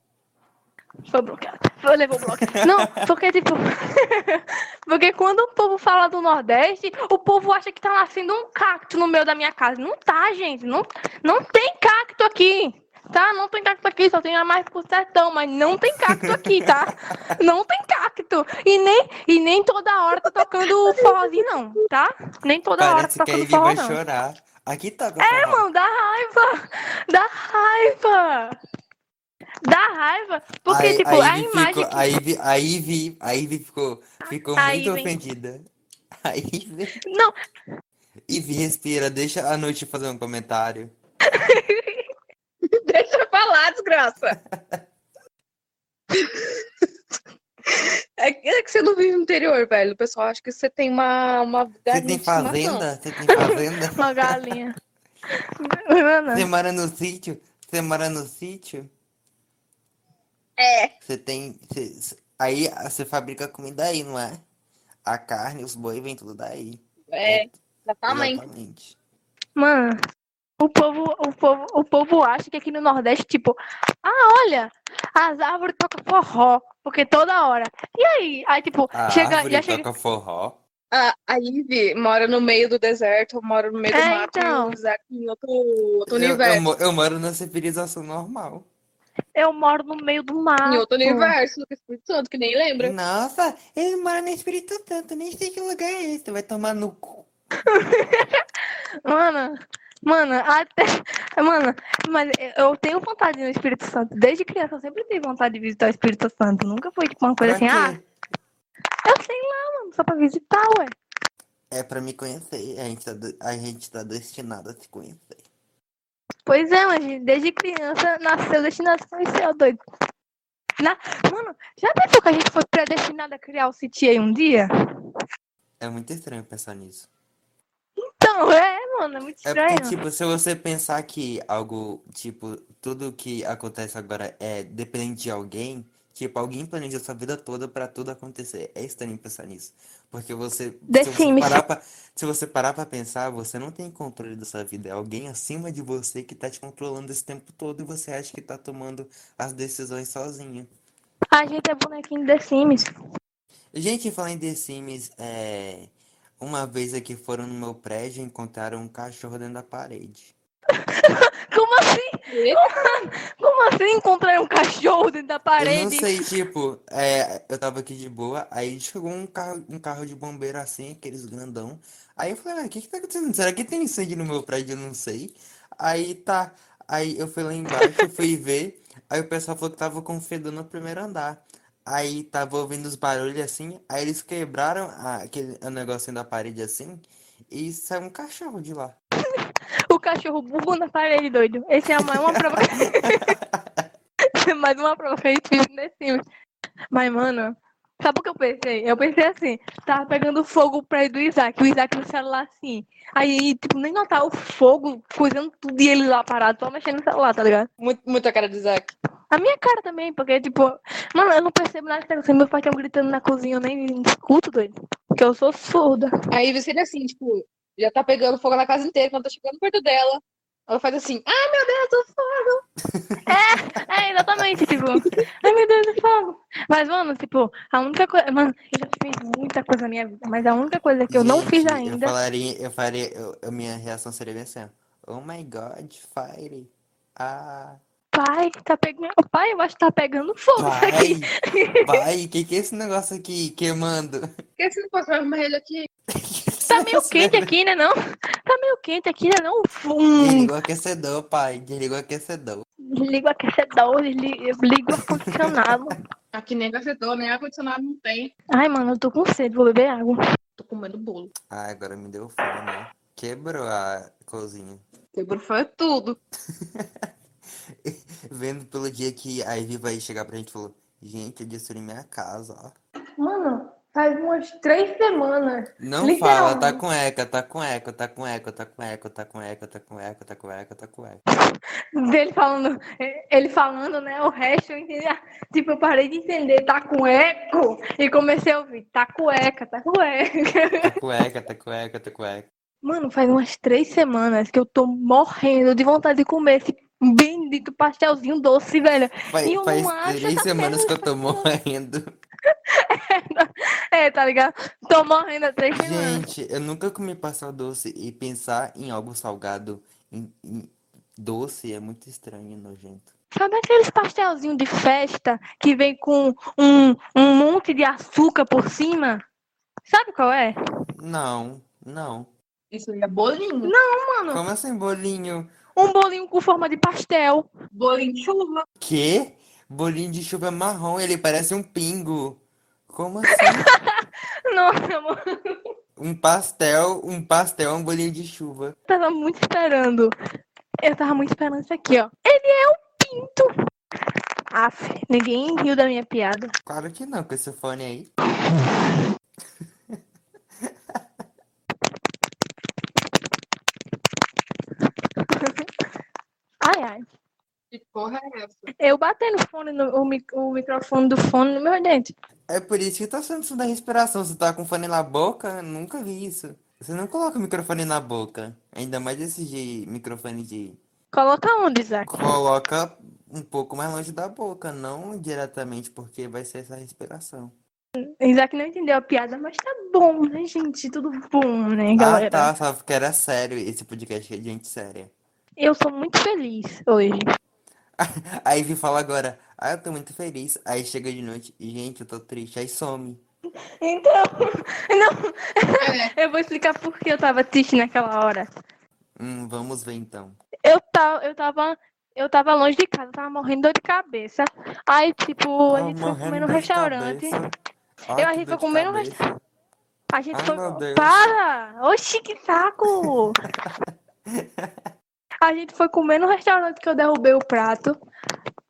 Speaker 1: Foi bloqueado. Foi, levou bloco. Não, porque, tipo. porque quando o povo fala do Nordeste, o povo acha que tá nascendo um cacto no meio da minha casa. Não tá, gente. Não, não tem cacto aqui. Tá? Não tem cacto aqui. Só tem a mais pro sertão, mas não tem cacto aqui, tá? Não tem cacto. E nem, e nem toda hora tá tocando forrozinho, não, tá? Nem toda hora
Speaker 2: Parece né?
Speaker 1: tá
Speaker 2: que
Speaker 1: tocando
Speaker 2: a Ivy
Speaker 1: forró,
Speaker 2: vai
Speaker 1: não.
Speaker 2: chorar. Aqui tá com É,
Speaker 1: Não, dá raiva! Dá raiva! Dá raiva! Porque, tipo, a, imagem
Speaker 2: ficou,
Speaker 1: que.
Speaker 2: a Ivy, a Ivy, a Ivy ficou, ficou
Speaker 1: A
Speaker 2: muito
Speaker 1: Ivy.
Speaker 2: ofendida. A Ivy.
Speaker 1: Não,
Speaker 2: Ivy, respira, deixa a noite fazer um comentário.
Speaker 4: Deixa eu falar, desgraça. É que é que você não vive no interior, velho. O pessoal acha que você tem uma, uma
Speaker 2: Você tem
Speaker 4: galinha de estimação.
Speaker 2: fazenda? Você tem fazenda?
Speaker 1: Uma galinha. Não, não.
Speaker 2: Você mora no sítio? Você mora no sítio?
Speaker 4: É.
Speaker 2: Você tem. você- você- aí você fabrica a comida aí, não é? A carne, os boi, vem tudo daí.
Speaker 4: É,
Speaker 1: Tá,
Speaker 4: exatamente.
Speaker 2: Exatamente.
Speaker 1: Mano, o povo, o, povo, o povo acha que aqui no Nordeste, tipo, ah, olha, as árvores tocam forró, porque toda hora. E aí? Aí, tipo,
Speaker 2: A
Speaker 1: chega,
Speaker 2: árvore
Speaker 1: já chega.
Speaker 2: toca forró.
Speaker 4: A, a Ivy mora no meio do deserto, mora no meio do
Speaker 1: É,
Speaker 4: mato,
Speaker 1: então.
Speaker 4: e o Isaac em outro, outro
Speaker 2: Eu, eu,
Speaker 4: universo.
Speaker 2: mo- eu moro na civilização normal.
Speaker 1: Eu moro no meio do mato.
Speaker 4: Em outro universo, que Espírito Santo, que nem lembra.
Speaker 2: Nossa, ele mora no Espírito Santo, nem sei que lugar é esse. Vai tomar no cu.
Speaker 1: Mano, mano, até. Mano, mas eu tenho vontade no Espírito Santo. Desde criança eu sempre tive vontade de visitar o Espírito Santo. Nunca foi tipo uma coisa assim,
Speaker 2: Pra
Speaker 1: ah,
Speaker 2: quê?
Speaker 1: eu sei lá, mano, só pra visitar, ué.
Speaker 2: É pra me conhecer. A gente, tá, do- a gente tá destinado a se conhecer.
Speaker 1: Pois é, mas gente, desde criança nasceu destinado a conhecer, ô doido. Na... Mano, já pensou que a gente foi predestinado a criar o CTA um dia?
Speaker 2: É muito estranho pensar nisso.
Speaker 1: Então, é, mano, é muito
Speaker 2: É
Speaker 1: estranho.
Speaker 2: porque, tipo, se você pensar que algo, tipo, tudo que acontece agora é dependente de alguém, tipo, alguém planejou sua vida toda pra tudo acontecer. É estranho pensar nisso. Porque você, se
Speaker 1: The
Speaker 2: você
Speaker 1: Sims.
Speaker 2: parar pra, se você parar pra pensar, você não tem controle da sua vida. É alguém acima de você que tá te controlando esse tempo todo e você acha que tá tomando as decisões sozinho.
Speaker 1: A gente é bonequinho The Sims.
Speaker 2: Gente, falando em The Sims, é... uma vez aqui foram no meu prédio e encontraram um cachorro dentro da parede.
Speaker 1: Como assim? Como assim encontrar um cachorro dentro da
Speaker 2: Eu não
Speaker 1: parede?
Speaker 2: sei, tipo, é, eu tava aqui de boa, aí chegou um carro, um carro de bombeiro assim, aqueles grandão. Aí eu falei, ué, o que que tá acontecendo? Será que tem incêndio no meu prédio? Eu não sei. Aí tá, aí eu fui lá embaixo, fui ver, aí o pessoal falou que tava com fedor no primeiro andar. Aí tava ouvindo os barulhos assim, aí eles quebraram a- aquele o negocinho da parede assim, e saiu um cachorro de lá.
Speaker 1: O cachorro burro na parede, doido. Esse é mais uma prova. mais uma prova que a gente vive nesse filme. Mas, mano, sabe o que eu pensei? Eu pensei assim, tava pegando fogo o prédio do Isaac, o Isaac no celular assim. Aí, tipo, nem notar o fogo, coisando tudo e ele lá parado, só mexendo no celular, tá ligado?
Speaker 4: Muito, muita cara de Isaac.
Speaker 1: A minha cara também, porque, tipo, mano, eu não percebo nada que tá acontecendo. Meu pai tá gritando na cozinha, eu nem escuto, doido. Porque eu sou surda.
Speaker 4: A Ivy seria assim, tipo, já tá pegando fogo na casa inteira, quando tá chegando perto dela, ela faz assim, ah, meu Deus, do fogo!
Speaker 1: É, exatamente, tipo, ai meu Deus do fogo. Mas, mano, tipo, a única coisa. Mano, eu já fiz muita coisa na minha vida, mas a única coisa que eu não fiz
Speaker 2: Gente, eu
Speaker 1: ainda.
Speaker 2: falaria, eu faria, eu, eu- minha reação seria bem assim, ó. Oh my God, fire. Ah,
Speaker 1: Pai, tá pegando. o Pai, eu acho que tá pegando fogo isso aqui.
Speaker 2: pai, pai, que que é esse negócio aqui queimando? é
Speaker 4: Por que você não pode arrumar ele aqui?
Speaker 1: Tá meio quente aqui, né? Não? Tá meio quente aqui, né? Não? Um,
Speaker 2: Desligou o aquecedor, pai, desligou o aquecedor.
Speaker 1: ligo o aquecedor, li- ligo o ar-condicionado.
Speaker 4: Aqui nem gafetou, nem ar-condicionado não tem.
Speaker 1: Ai, mano, eu tô com sede, vou beber água.
Speaker 4: Tô comendo bolo.
Speaker 2: Ah, agora me deu fome. ó. Quebrou a cozinha.
Speaker 4: Quebrou foi tudo.
Speaker 2: Vendo pelo dia que a Ivy vai chegar pra gente e falou, gente, eu destruí minha casa, ó.
Speaker 1: Mano, faz umas três semanas.
Speaker 2: Não fala, tá
Speaker 1: Literalmente.
Speaker 2: com eco, tá com eco, tá com eco, tá com eco, tá com eco, tá com eco, tá com eco, tá com eco.
Speaker 1: Dele falando, ele falando, né? O resto eu entendi. Tipo, eu parei de entender, tá com eco. E comecei a ouvir, tá cueca, tá cueca.
Speaker 2: Tá com eco, tá com eco, tá com eco.
Speaker 1: Mano, faz umas três semanas que eu tô morrendo de vontade de comer esse bendito pastelzinho doce, velho.
Speaker 2: Faz,
Speaker 1: E eu não
Speaker 2: faz
Speaker 1: acho
Speaker 2: três
Speaker 1: essa
Speaker 2: semanas que eu tô morrendo.
Speaker 1: É, tá ligado? Tô morrendo há três semanas.
Speaker 2: Gente, eu nunca comi pastel doce e pensar em algo salgado em, em doce é muito estranho e nojento.
Speaker 1: Sabe aqueles pastelzinhos de festa que vem com um, um monte de açúcar por cima? Sabe qual é?
Speaker 2: Não, não.
Speaker 4: Isso aí é bolinho.
Speaker 2: Como assim, bolinho?
Speaker 1: Um bolinho com forma de pastel.
Speaker 4: Bolinho de chuva.
Speaker 2: Quê? Bolinho de chuva marrom, ele parece um pingo. Como assim?
Speaker 1: Nossa, amor.
Speaker 2: Um pastel, um pastel é um bolinho de chuva.
Speaker 1: tava muito esperando. Eu tava muito esperando isso aqui, ó. Ele é um pinto. Aff, ninguém riu da minha piada.
Speaker 2: Claro que não, com esse fone aí.
Speaker 1: Ai, ai.
Speaker 4: Que porra é essa?
Speaker 1: Eu batendo o fone no, o, mi- o microfone do fone no meu dente.
Speaker 2: É por isso que tá achando isso da respiração. Você tá com o fone na boca? Nunca vi isso. Você não coloca o microfone na boca. Ainda mais esse de microfone de.
Speaker 1: Coloca onde, Isaac?
Speaker 2: Coloca um pouco mais longe da boca, não diretamente, porque vai ser essa respiração.
Speaker 1: Isaac não entendeu a piada, mas tá bom, né, gente? Tudo bom, né, galera?
Speaker 2: Ah, tá, só porque era sério. Esse podcast é de gente séria.
Speaker 1: Eu sou muito feliz hoje.
Speaker 2: Aí vim falar agora, ah, eu tô muito feliz. Aí chega de noite, e gente, eu tô triste. Aí some.
Speaker 1: Então, não,
Speaker 4: É,
Speaker 1: eu vou explicar por que eu tava triste naquela hora.
Speaker 2: Hum, vamos ver então.
Speaker 1: Eu tava, eu tava, eu tava longe de casa, eu tava morrendo de dor de cabeça. Aí, tipo, a
Speaker 2: Tô
Speaker 1: gente foi comer
Speaker 2: morrendo
Speaker 1: num
Speaker 2: de
Speaker 1: restaurante.
Speaker 2: cabeça. Ó,
Speaker 1: Eu
Speaker 2: que
Speaker 1: arrisco
Speaker 2: dor de
Speaker 1: comer num
Speaker 2: cabeça.
Speaker 1: A gente
Speaker 2: Ai,
Speaker 1: foi.
Speaker 2: meu Deus.
Speaker 1: Para! Oxi, que saco! a gente foi comer no restaurante que eu derrubei o prato.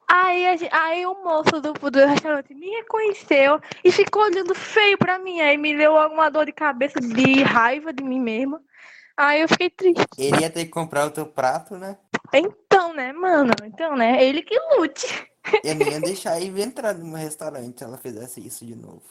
Speaker 1: Aí, a gen- aí o moço do, do restaurante me reconheceu e ficou olhando feio pra mim. Aí me deu alguma dor de cabeça de raiva de mim mesma. Aí eu fiquei triste.
Speaker 2: Ele ia ter que comprar o teu prato, né?
Speaker 1: Então, né, mano? Então, né? Ele que lute.
Speaker 2: Eu nem ia deixar ele entrar no meu restaurante se ela fizesse isso de novo.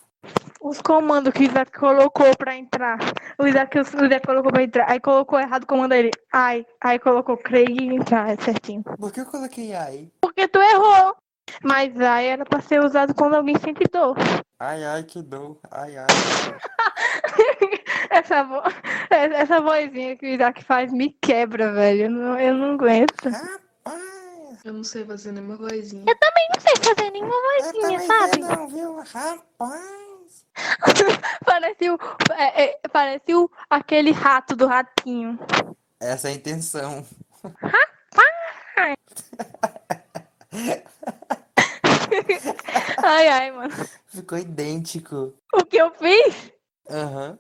Speaker 1: Os comandos que o Isaac colocou pra entrar. O Isaac, o Isaac colocou pra entrar. Aí colocou errado o comando dele. Ai, aí colocou Craig e entrar é certinho.
Speaker 2: Por que eu coloquei ai?
Speaker 1: Porque tu errou. Mas ai era pra ser usado quando alguém sente dor.
Speaker 2: Ai, ai, que dor. Ai, ai.
Speaker 1: Essa, vo... Essa vozinha que o Isaac faz me quebra, velho. Eu não, eu não aguento.
Speaker 2: Rapaz,
Speaker 4: eu não sei fazer nenhuma coisinha.
Speaker 1: Não sei fazer nenhuma
Speaker 2: eu
Speaker 1: vozinha,
Speaker 2: também
Speaker 1: sabe?
Speaker 2: sei tá não, viu? Rapaz.
Speaker 1: Parece o, é, é, parece o aquele rato do ratinho.
Speaker 2: Essa é a intenção.
Speaker 1: Ai, ai, mano.
Speaker 2: Ficou idêntico.
Speaker 1: O que eu fiz?
Speaker 2: Aham.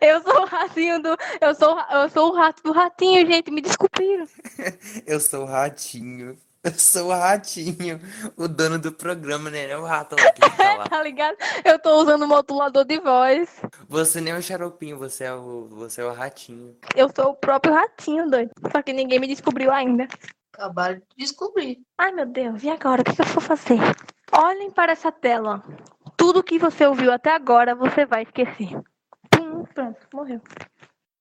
Speaker 1: Eu sou o ratinho do. Eu sou, o ra- eu sou o rato do ratinho, gente. Me descobriram.
Speaker 2: Eu sou o ratinho. Eu sou o ratinho. O dono do programa, né? É o rato lá que tá lá.
Speaker 1: Tá ligado? Eu tô usando um modulador de voz.
Speaker 2: Você nem é o xaropinho, você é o, você é o ratinho.
Speaker 1: Eu sou o próprio ratinho, doido. Só que ninguém me descobriu ainda.
Speaker 4: Acabaram de descobrir.
Speaker 1: Ai, meu Deus, e agora? O que que eu vou fazer? Olhem para essa tela. Tudo que você ouviu até agora, você vai esquecer. Pum, pronto, morreu.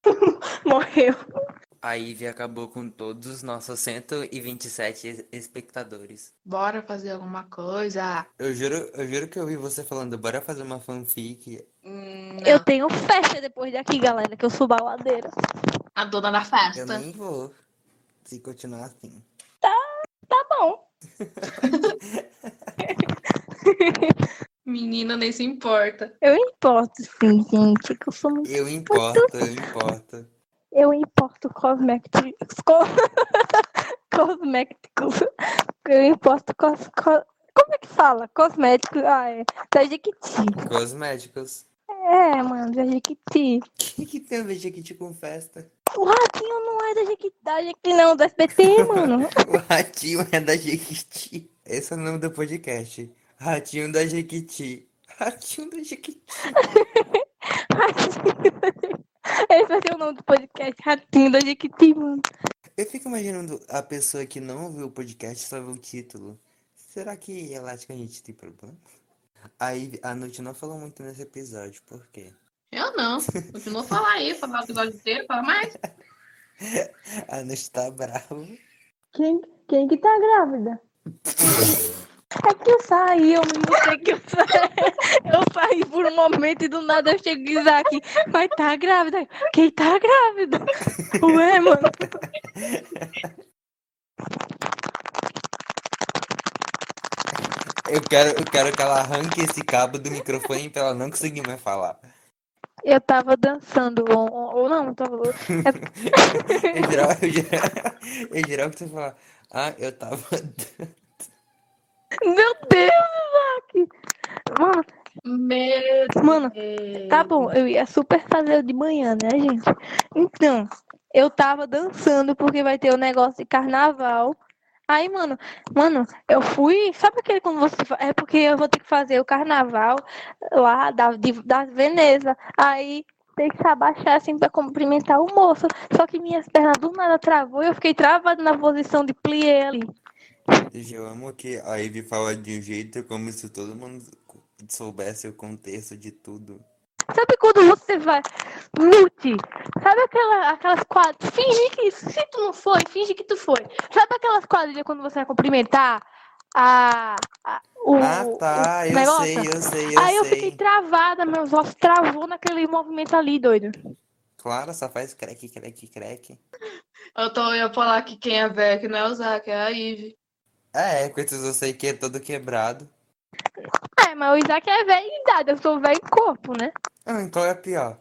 Speaker 1: morreu.
Speaker 2: A Ivy acabou com todos os nossos 127 es- espectadores.
Speaker 4: Bora fazer alguma coisa. Ah,
Speaker 2: Eu juro, eu juro que eu ouvi você falando, bora fazer uma fanfic.
Speaker 4: Hum,
Speaker 1: Eu
Speaker 4: não.
Speaker 1: tenho festa depois daqui, galera, que eu sou baladeira.
Speaker 4: A dona da
Speaker 2: Eu
Speaker 4: festa.
Speaker 2: nem vou. Se continuar assim.
Speaker 1: Tá bom.
Speaker 4: Menina nem se importa.
Speaker 1: Eu importo, sim, gente, que eu sou muito...
Speaker 2: Eu importo, eu importo.
Speaker 1: Eu importo cosméticos. co- Cosméticos. Eu importo cos... co- Como é que fala? Cosméticos. Ah, é. Da Jequiti.
Speaker 2: Cosméticos.
Speaker 1: É, mano, da Jequiti.
Speaker 2: O que, que tem a ver Jequiti com festa?
Speaker 1: O ratinho não é da Jequiti, da Jequiti não, do SBT, mano.
Speaker 2: O ratinho é da Jequiti. Esse é o nome do podcast. Ratinho da Jequiti. Ratinho da Jequiti.
Speaker 1: Esse vai ser o nome do podcast, Ratinho da Jequiti, mano.
Speaker 2: Eu fico imaginando a pessoa que não ouviu o podcast só viu o título. Será que ela acha que a gente tem problema? Aí a noite não falou muito nesse episódio, por quê?
Speaker 4: Eu não. Continua a falar aí, falar o episódio inteiro, fala mais.
Speaker 2: A noite tá brava.
Speaker 1: Quem, quem que tá grávida? É que eu saí, eu me mutei É que eu saí. Eu saí por um momento e do nada eu chego e Isaac. Mas tá grávida? Quem tá grávida? Ué, mano.
Speaker 2: Eu quero, eu quero que ela arranque esse cabo do microfone pra ela não conseguir mais falar.
Speaker 1: Eu tava dançando, ou, ou- ou não, tava.
Speaker 2: Em geral, eu geral, em geral que você fala, ah, eu tava.
Speaker 1: Meu Deus, Isaac! Mano,
Speaker 4: Meu
Speaker 1: mano,
Speaker 4: Deus.
Speaker 1: Tá bom, eu ia super fazer de manhã, né, gente? Então, eu tava dançando porque vai ter o negócio de carnaval. Aí, mano, mano, eu fui. Sabe aquele quando você. fa- É porque eu vou ter que fazer o carnaval lá da, de- da Veneza. Aí tem que se abaixar assim pra cumprimentar o moço. Só que minhas pernas do nada travou e eu fiquei travada na posição de plié ali.
Speaker 2: Eu amo que a Ivy fala de um jeito como se todo mundo soubesse o contexto de tudo.
Speaker 1: Sabe quando você vai mute? Sabe aquela, aquelas quadrilhas? Finge que se tu não foi, finge que tu foi. Sabe aquelas quadrilhas quando você vai cumprimentar a, a- o,
Speaker 2: Ah, tá,
Speaker 1: o
Speaker 2: eu
Speaker 1: negócio?
Speaker 2: sei, eu sei, eu
Speaker 1: Aí eu
Speaker 2: sei.
Speaker 1: fiquei travada, meus ossos travou naquele movimento ali, doido.
Speaker 2: Clara só faz creque, creque, creque.
Speaker 4: Eu tô ia falar que quem é velho que não é o Zac, é a Ivy.
Speaker 2: É, com esses eu sei que é todo quebrado.
Speaker 1: É, mas o Isaac é velho em idade, eu sou velho em corpo, né?
Speaker 2: Ah, então é pior.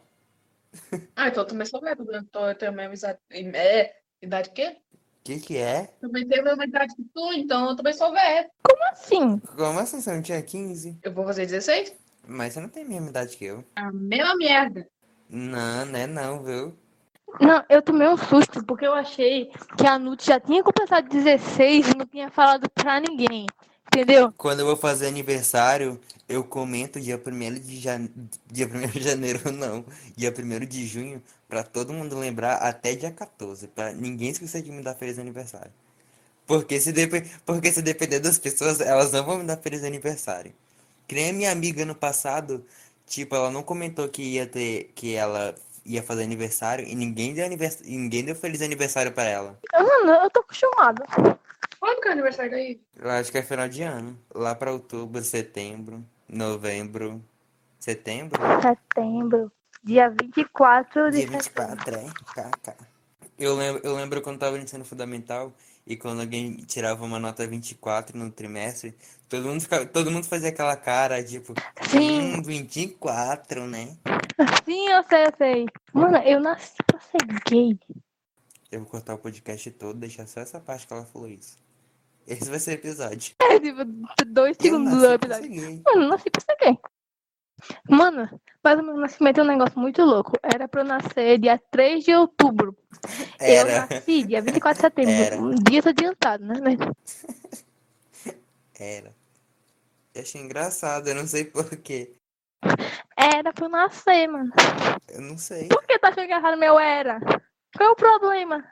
Speaker 4: Ah, então eu também sou velho, eu, tô, eu tenho a mesma idade. É, idade o quê?
Speaker 2: Que que é?
Speaker 4: Também tenho a mesma idade que tu, então eu também sou velho.
Speaker 1: Assim,
Speaker 2: Como assim você não tinha 15?
Speaker 4: Eu vou fazer 16?
Speaker 2: Mas você não tem a mesma idade que eu.
Speaker 4: A mesma merda.
Speaker 2: Não, né não, viu?
Speaker 1: não, eu tomei um susto, porque eu achei que a Nut já tinha completado 16 e não tinha falado pra ninguém. Entendeu?
Speaker 2: Quando eu vou fazer aniversário, eu comento dia 1 de janeiro. Dia 1 de janeiro, não. Dia 1 de junho, pra todo mundo lembrar até dia 14. Pra ninguém esquecer de me dar feliz aniversário. Porque se, depe- Porque se depender das pessoas, elas não vão me dar feliz aniversário. Que nem a minha amiga no passado, tipo, ela não comentou que ia ter. que ela ia fazer aniversário e ninguém deu, anivers... ninguém deu feliz aniversário pra ela.
Speaker 1: Mano, eu tô acostumada.
Speaker 4: Quando que é o aniversário da Ivy?
Speaker 2: Eu acho que é final de ano. Lá pra outubro, setembro, novembro. Setembro?
Speaker 1: Setembro, dia 24 de
Speaker 2: Dia
Speaker 1: setembro.
Speaker 2: 24, é? KK. Eu lembro, eu lembro quando tava no ensino fundamental e quando alguém tirava uma nota 24 no trimestre, todo mundo, ficava, todo mundo fazia aquela cara, tipo,
Speaker 1: Sim.
Speaker 2: hum, 24, né?
Speaker 1: Sim, eu sei, eu sei. Mano, eu nasci pra ser gay.
Speaker 2: Eu vou cortar o podcast todo, deixar só essa parte que ela falou isso. Esse vai ser o episódio.
Speaker 1: É, tipo, né? dois
Speaker 2: Eu
Speaker 1: segundos do
Speaker 2: nasci pra
Speaker 1: episódio.
Speaker 2: ser gay.
Speaker 1: Mano, eu nasci pra ser gay. Mano, mas o meu nascimento é um negócio muito louco. Era pra eu nascer dia 3 de outubro. Eu
Speaker 2: Era,
Speaker 1: nasci dia 24 de setembro.
Speaker 2: Era.
Speaker 1: Um dia adiantado, né? Mas
Speaker 2: era. Eu achei engraçado, eu não sei porquê.
Speaker 1: Era pra eu nascer, mano.
Speaker 2: Eu não sei.
Speaker 1: Por que tá achando que errado meu era? Qual é o problema?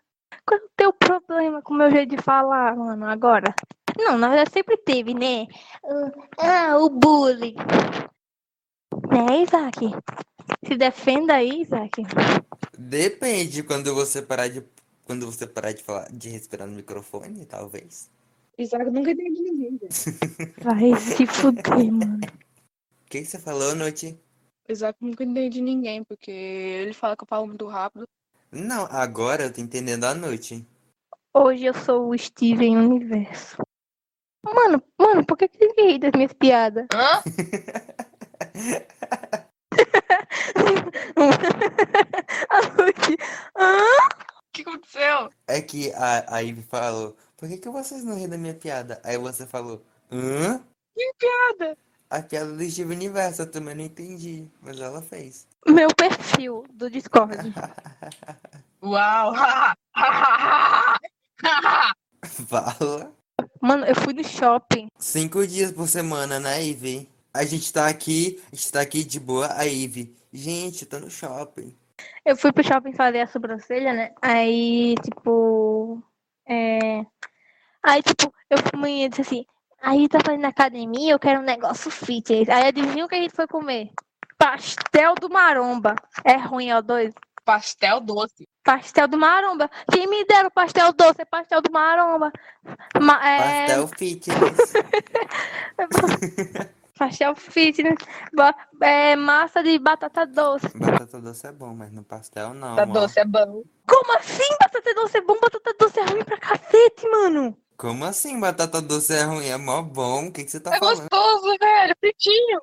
Speaker 1: Qual é o teu problema com o meu jeito de falar, mano, agora? Não, na verdade sempre teve, né? Ah, o bullying. Né, Isaac? Se defenda aí, Isaac.
Speaker 2: Depende quando você parar de quando você parar de falar, de respirar no microfone, talvez.
Speaker 4: Isaac nunca entendi ninguém, velho.
Speaker 1: Vai se fuder, mano.
Speaker 2: O que que você falou, Noite?
Speaker 4: Isaac nunca entendi ninguém, porque ele fala que eu falo muito rápido.
Speaker 2: Não, agora eu tô entendendo a Noite.
Speaker 1: Hoje eu sou o Steven Universo. Mano, mano, por que que você ri das minhas piadas?
Speaker 4: Hã?
Speaker 1: A noite. Ah,
Speaker 4: O que aconteceu?
Speaker 2: É que a, a Ivy falou, por que que vocês não riem da minha piada? Aí você falou, hã? Que
Speaker 4: piada?
Speaker 2: A piada do Steve Universo, eu também não entendi, mas ela fez.
Speaker 1: meu perfil do Discord.
Speaker 4: Uau!
Speaker 2: Fala.
Speaker 1: Mano, eu fui no shopping.
Speaker 2: Cinco dias por semana, né, Ivy? A gente tá aqui, a gente tá aqui de boa, a Ivy. Gente, eu tô no shopping.
Speaker 1: Eu fui pro shopping fazer a sobrancelha, né? Aí, tipo. É... Aí, tipo, eu fui mãe e disse assim: aí tá fazendo academia, eu quero um negócio fitness. Aí adivinha o que a gente foi comer? Pastel do maromba. É ruim, ó, dois.
Speaker 4: Pastel doce.
Speaker 1: Pastel do maromba. Quem me deram pastel doce é pastel do maromba. Ma é,
Speaker 2: Pastel fitness.
Speaker 1: pastel fitness. ba- é, massa de batata doce.
Speaker 2: Batata doce é bom, mas no pastel não.
Speaker 4: Tá
Speaker 2: ó.
Speaker 4: doce, é bom.
Speaker 1: Como assim batata doce é bom? Batata doce é ruim pra cacete, mano.
Speaker 2: Como assim batata doce é ruim? É mó bom. O que, que você tá
Speaker 4: É
Speaker 2: falando?
Speaker 4: gostoso, velho. Fritinho.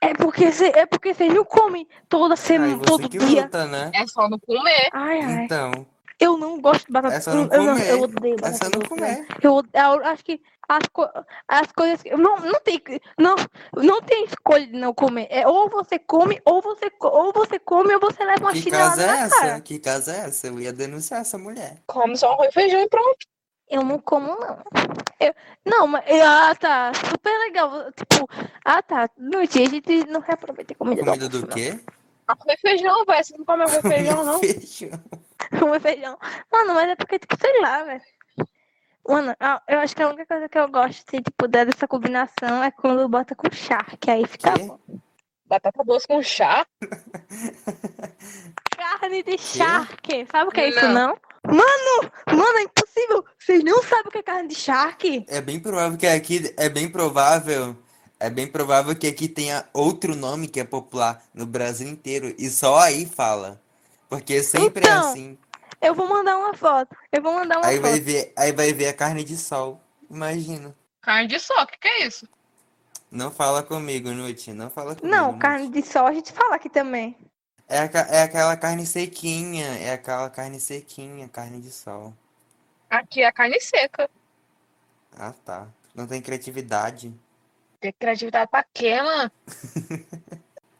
Speaker 1: É porque cê, é porque vocês não comem toda
Speaker 2: Aí
Speaker 1: semana,
Speaker 2: você
Speaker 1: todo
Speaker 2: que
Speaker 1: dia.
Speaker 2: luta, né?
Speaker 4: É só não comer.
Speaker 1: Ai, ai.
Speaker 2: Então,
Speaker 1: Eu não gosto de batata
Speaker 2: Essa não
Speaker 1: frita. Eu,
Speaker 2: comer.
Speaker 1: eu odeio batata
Speaker 2: Essa não
Speaker 1: frita.
Speaker 2: comer.
Speaker 1: Eu, od- eu acho que as, co- as coisas. que- Não, não, tem, que- não, não tem escolha de não comer. É ou você come, ou você, co- ou você come, ou você leva uma
Speaker 2: Que
Speaker 1: chinelada
Speaker 2: casa é
Speaker 1: na
Speaker 2: essa?
Speaker 1: cara.
Speaker 2: Que casa é essa? Eu ia denunciar essa mulher.
Speaker 4: Come só arroz e feijão e pronto.
Speaker 1: Eu não como, não. Eu, não, mas. Ah, tá. Super legal. Tipo, ah, tá. No dia a gente não reaproveita a comida. do
Speaker 2: Comida do
Speaker 1: almoço,
Speaker 2: quê?
Speaker 4: Arroz e feijão, vai. Você não come arroz e feijão, não.
Speaker 2: Feijão.
Speaker 1: comer feijão. Mano, mas é porque, tipo, sei lá, velho. Mano, a- eu acho que a única coisa que eu gosto, se tipo, der dessa combinação é quando bota com charque, aí fica
Speaker 2: Quê?
Speaker 1: Tá bom.
Speaker 4: Batata doce com chá.
Speaker 1: Carne de charque. Sabe o que é isso, não?
Speaker 4: Não.
Speaker 1: Mano, mano, é impossível. Vocês não sabem o que é carne de charque?
Speaker 2: É bem provável que aqui é bem provável, é bem provável que aqui tenha outro nome que é popular no Brasil inteiro e só aí fala. Porque sempre é
Speaker 1: Então,
Speaker 2: assim.
Speaker 1: Eu vou mandar uma foto. Eu vou mandar uma
Speaker 2: Aí
Speaker 1: foto.
Speaker 2: vai ver, aí vai ver a carne de sol. Imagina.
Speaker 4: Carne de sol, o que, que é isso?
Speaker 2: Não fala comigo, Nuti, não fala comigo.
Speaker 1: Não,
Speaker 2: Nuti.
Speaker 1: carne de sol a gente fala aqui também.
Speaker 2: É, aca- é aquela carne sequinha, é aquela carne sequinha, carne de sol.
Speaker 4: Aqui é carne seca.
Speaker 2: Ah, tá. Não tem criatividade.
Speaker 4: Tem criatividade pra quê, mano?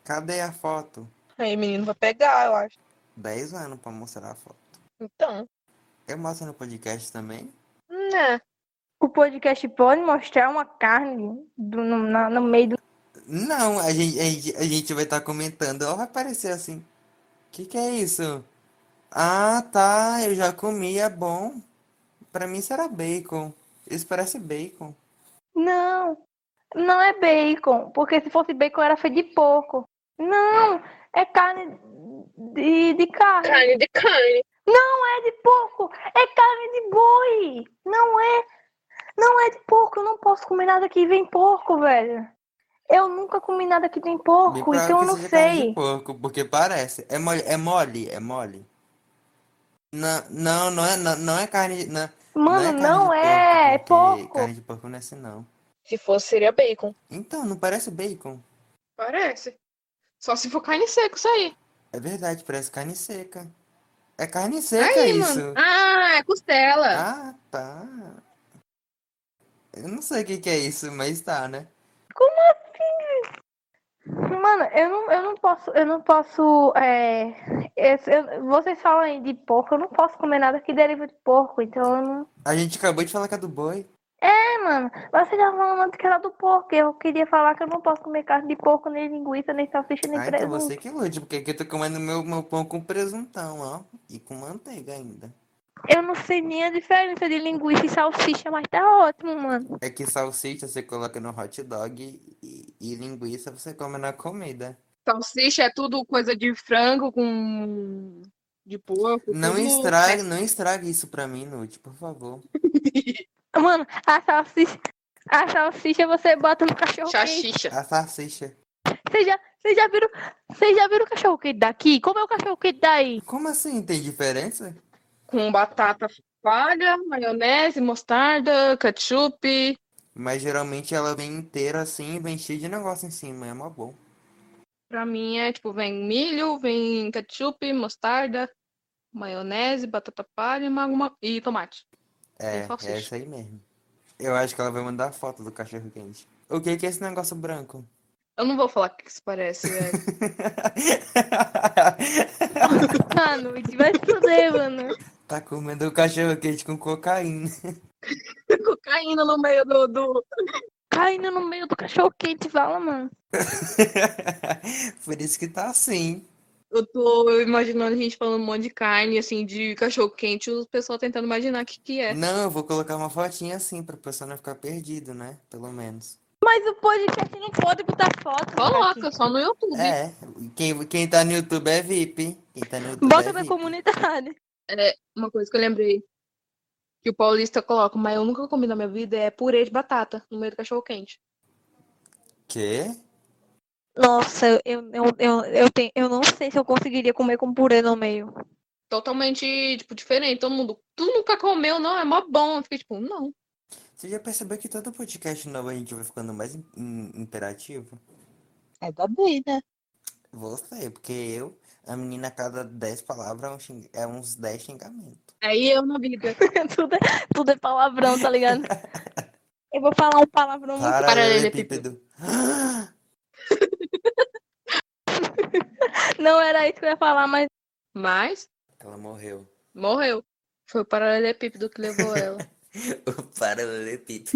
Speaker 2: Cadê a foto?
Speaker 4: Aí, menino, vai pegar, eu acho.
Speaker 2: 10 anos pra mostrar a foto.
Speaker 4: Então.
Speaker 2: Eu mostro no podcast também?
Speaker 4: Né.
Speaker 1: O podcast pode mostrar uma carne do- no, na- no meio do.
Speaker 2: Não, a gente, a gente, a gente vai estar comentando. Ela vai aparecer assim. Que que é isso? Ah, tá. Eu já comi, é bom. Pra mim será bacon. Isso parece bacon.
Speaker 1: Não, não é bacon, porque se fosse bacon era feito de porco. Não, é carne de, de carne,
Speaker 4: Carne de carne.
Speaker 1: não é de porco, é carne de boi. Não é, não é de porco, eu não posso comer nada que vem porco, velho. Eu nunca comi nada que tem
Speaker 2: Bem
Speaker 1: porco,
Speaker 2: provável
Speaker 1: então eu
Speaker 2: que
Speaker 1: não
Speaker 2: seja carne de
Speaker 1: sei.
Speaker 2: porco, porque parece. É mole, é mole, é mole. Não, não, não é, não, não é carne, de- não, não é
Speaker 1: Mano,
Speaker 2: carne
Speaker 1: não
Speaker 2: de
Speaker 1: é, é
Speaker 2: porco, porque
Speaker 1: porco.
Speaker 2: carne de porco não é assim, não.
Speaker 4: Se fosse, seria bacon.
Speaker 2: Então, não parece bacon.
Speaker 4: Parece. Só se for carne seca, isso aí.
Speaker 2: É verdade, parece carne seca. É carne seca
Speaker 4: Aí,
Speaker 2: isso.
Speaker 4: mano. Ah, é costela.
Speaker 2: Ah, tá. Eu não sei o que que é isso, mas tá, né?
Speaker 1: Mano, eu não, eu não posso, eu não posso, é, esse- eu- vocês falam aí de porco, eu não posso comer nada que deriva de porco, então eu não,
Speaker 2: A gente acabou de falar que é do boi.
Speaker 1: É, mano, mas você já falou antes que era do porco. Eu queria falar que eu não posso comer carne de porco, nem linguiça, nem salsicha, nem
Speaker 2: Ah, então
Speaker 1: presunto.
Speaker 2: você que lute, porque aqui eu tô comendo meu, meu pão com presuntão, ó. E com manteiga ainda.
Speaker 1: Eu não sei nem a diferença de linguiça e salsicha, mas tá ótimo, mano.
Speaker 2: É que salsicha você coloca no hot dog e, e linguiça você come na comida.
Speaker 4: Salsicha é tudo coisa de frango com. de porco.
Speaker 2: Não
Speaker 4: tudo-
Speaker 2: estraga, não estraga isso pra mim, Nute, por favor.
Speaker 1: Mano, a salsicha, a salsicha você bota no
Speaker 4: é
Speaker 1: cachorro quente.
Speaker 4: Chachicha.
Speaker 2: A salsicha.
Speaker 1: Vocês já, vocês já viram, vocês já viram o cachorro quente daqui? Como é o cachorro quente daí?
Speaker 2: Como assim? Tem diferença?
Speaker 4: Com batata palha, maionese, mostarda, ketchup.
Speaker 2: Mas geralmente ela vem inteira assim e vem cheia de negócio em cima. É mó bom.
Speaker 4: Pra mim é tipo, vem milho, vem ketchup, mostarda, maionese, batata palha e uma- uma- e tomate.
Speaker 2: É, é
Speaker 4: salsicha.
Speaker 2: isso aí mesmo. Eu acho que ela vai mandar foto do cachorro quente. O que que é esse negócio branco?
Speaker 4: Eu não vou falar o que isso parece, velho.
Speaker 1: Mano, vai se fuder, mano.
Speaker 2: Tá comendo cachorro quente com cocaína.
Speaker 4: Cocaína no meio do, do.
Speaker 1: Caindo no meio do cachorro quente, fala, mano.
Speaker 2: Por isso que tá assim.
Speaker 4: Eu tô imaginando a gente falando um monte de carne, assim, de cachorro quente, o pessoal tentando imaginar o que, que é.
Speaker 2: Não, eu vou colocar uma fotinha assim pra pessoa não ficar perdido, né? Pelo menos.
Speaker 1: Mas o podcast não pode botar foto.
Speaker 4: Coloca, só no YouTube.
Speaker 2: É, quem, quem tá no YouTube é VIP. Quem tá no YouTube
Speaker 1: Bota
Speaker 2: é
Speaker 1: pra
Speaker 2: VIP.
Speaker 1: comunidade.
Speaker 4: Uma coisa que eu lembrei que o paulista coloca, mas eu nunca comi na minha vida, é purê de batata no meio do cachorro quente.
Speaker 2: Quê?
Speaker 1: Nossa, eu, eu, eu, eu, tenho, eu não sei se eu conseguiria comer com purê no meio.
Speaker 4: Totalmente, tipo, diferente. Todo mundo, tu nunca comeu, não? É mó bom. Eu fiquei tipo, não.
Speaker 2: Você já percebeu que todo podcast novo a gente vai ficando mais im- im- imperativo?
Speaker 6: É da B, né?
Speaker 2: Você, porque eu
Speaker 7: A menina, a cada 10 palavras, é, um xing- é uns 10 xingamentos.
Speaker 4: Aí eu na vida.
Speaker 1: tudo, é, tudo é palavrão, tá ligado? Eu vou falar um palavrão
Speaker 2: Tá.
Speaker 1: muito.
Speaker 7: Paralelepípedo.
Speaker 1: Não era isso que eu ia falar, mas
Speaker 4: Mas
Speaker 7: Ela morreu.
Speaker 4: morreu. Foi o paralelepípedo que levou ela.
Speaker 7: O paralelepípedo.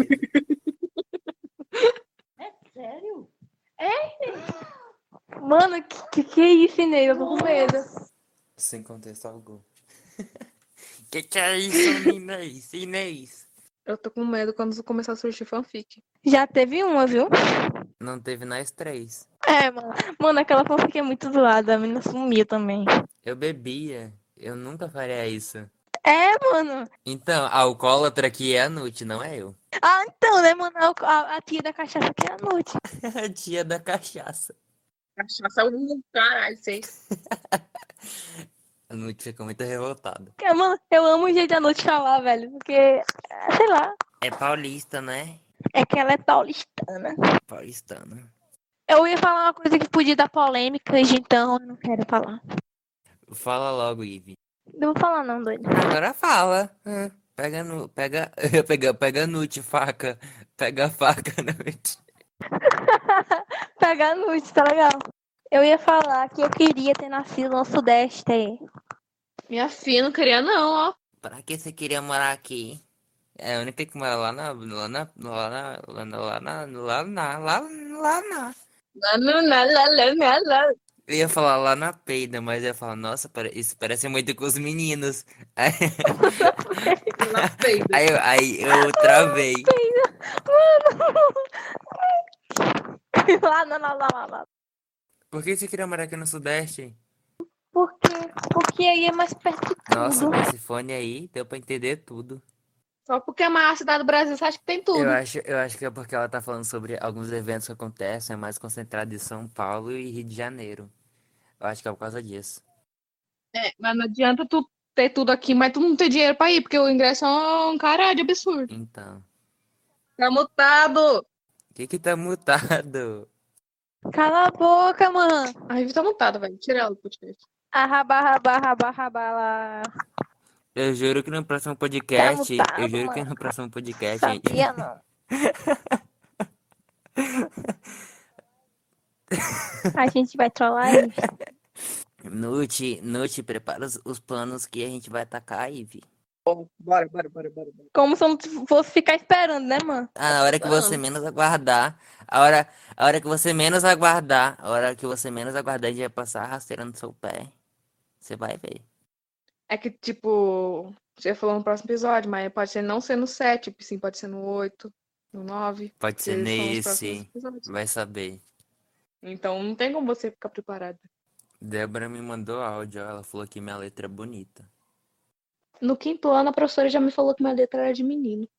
Speaker 5: Sério?
Speaker 1: Mano, que que, que é isso, Inês? Eu tô com medo.
Speaker 7: Sem contexto algum.
Speaker 2: Que que é isso, Inês? Inês?
Speaker 4: Eu tô com medo quando começar a surgir fanfic.
Speaker 1: Já teve uma, viu?
Speaker 2: Não teve nós três.
Speaker 1: É, mano. Mano, aquela fanfic é muito zoada. A menina sumia também.
Speaker 2: Eu bebia. Eu nunca faria isso.
Speaker 1: É, mano.
Speaker 2: Então, a alcoólatra aqui é a Nute, não é eu.
Speaker 1: Ah, então, né, mano? A, a- a tia da cachaça que é a noite.
Speaker 2: É a tia da cachaça.
Speaker 4: Cachaça é um caralho, sei.
Speaker 2: A Nute fica muito revoltada.
Speaker 1: Porque, mano, eu amo o jeito da noite falar, velho. Porque, é, sei lá,
Speaker 2: É paulista, né?
Speaker 1: é que ela é paulistana.
Speaker 2: Paulistana.
Speaker 1: Eu ia falar uma coisa que podia dar polêmica, então eu não quero falar.
Speaker 2: Fala logo, Ive.
Speaker 1: Não vou falar, não, doido.
Speaker 2: Agora fala. Hum, Pega no. Pega. Pega, pega a Nute, faca. Pega a faca, Nute.
Speaker 1: Pegar a noite, tá legal? Eu ia falar que eu queria ter nascido no Sudeste é. aí.
Speaker 4: Minha filha não queria, não, ó.
Speaker 2: Pra que você queria morar aqui? É a única que mora lá na. Lá na. Lá na. Lá na. Lá na. Lá na. Lá, lá na.
Speaker 4: Lá, lá, lá, lá, lá, lá, lá.
Speaker 2: Eu ia falar lá na peida, mas eu ia falar, nossa, pare- isso parece muito com os meninos. Aí,
Speaker 4: Lá, peida.
Speaker 2: aí, eu- aí eu travei.
Speaker 1: lá, lá, lá, lá, lá.
Speaker 2: Por que você queria morar aqui no Sudeste?
Speaker 1: Porque, porque aí é mais perto de tudo.
Speaker 2: Nossa, com esse fone aí, deu pra entender tudo.
Speaker 4: Só porque é a maior cidade do Brasil, você acha que tem tudo.
Speaker 2: Eu acho, eu acho que é porque ela tá falando sobre alguns eventos que acontecem, é mais concentrado em São Paulo e Rio de Janeiro. Eu acho que é por causa disso.
Speaker 4: É, mas não adianta tu ter tudo aqui, mas tu não ter dinheiro pra ir, porque o ingresso é um caralho absurdo.
Speaker 2: Então.
Speaker 4: Tá mutado!
Speaker 2: O que que tá mutado?
Speaker 1: Cala a boca, mano. Ah,
Speaker 4: A Vivi tá mutada, velho. Tira ela do podcast.
Speaker 1: Arraba, arraba, arraba, arraba lá.
Speaker 2: Eu juro que no próximo podcast.
Speaker 1: Tá mutado,
Speaker 2: eu juro que
Speaker 1: mano.
Speaker 2: no próximo podcast, É, gente.
Speaker 1: Sabia, não. A gente vai trollar ele.
Speaker 2: Nute, Nute, prepara os, os planos que a gente vai atacar, Ive.
Speaker 4: Bora, bora, bora, bora. bora.
Speaker 1: Como se eu não fosse ficar esperando, né, mano?
Speaker 2: Ah, na hora que você
Speaker 4: falando.
Speaker 2: menos aguardar. A hora, a hora que você menos aguardar. A hora que você menos aguardar, a gente vai passar a rasteira no seu pé. Você vai ver.
Speaker 4: É que, tipo, você falou no próximo episódio, mas pode ser não ser no 7, sim, pode ser no 8, no 9.
Speaker 2: Pode ser nesse.
Speaker 4: episódios.
Speaker 2: Vai saber.
Speaker 4: Então não tem como você ficar preparado.
Speaker 2: Débora me mandou áudio. Ela falou que minha letra é bonita.
Speaker 4: No quinto ano, a professora já me falou que minha letra era de menino.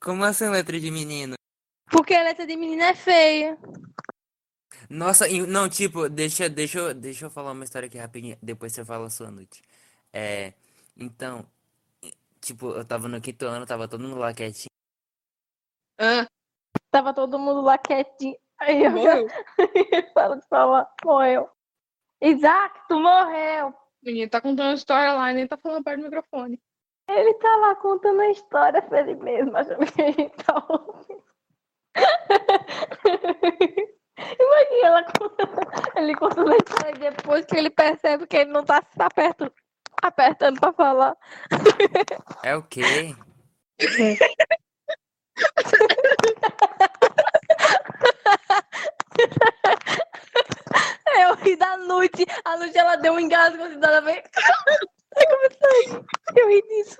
Speaker 2: Como assim letra de menino?
Speaker 1: Porque a letra de menina é feia.
Speaker 2: Nossa, e- não, tipo, deixa, deixa, eu- deixa eu falar uma história aqui rapidinho, depois você fala a sua noite. É, então, e- tipo, eu tava no quinto ano, tava todo mundo lá quietinho.
Speaker 4: Ah,
Speaker 1: Tava todo mundo lá quietinho. Aí eu
Speaker 4: morreu.
Speaker 1: falo de falar, morreu. Isaac, tu morreu.
Speaker 4: Menino, tá contando história lá e nem tá falando perto do microfone.
Speaker 1: Ele tá lá contando a história pra ele mesmo, achando que a gente tá ouvindo. Imagina ela contando- ele contando a história depois que ele percebe que ele não tá se apertando, apertando pra falar.
Speaker 2: É o quê?
Speaker 4: É.
Speaker 1: Eu ri da noite, a noite ela deu um engasgo assim, ela veio. Aí começou a rir. Eu ri disso.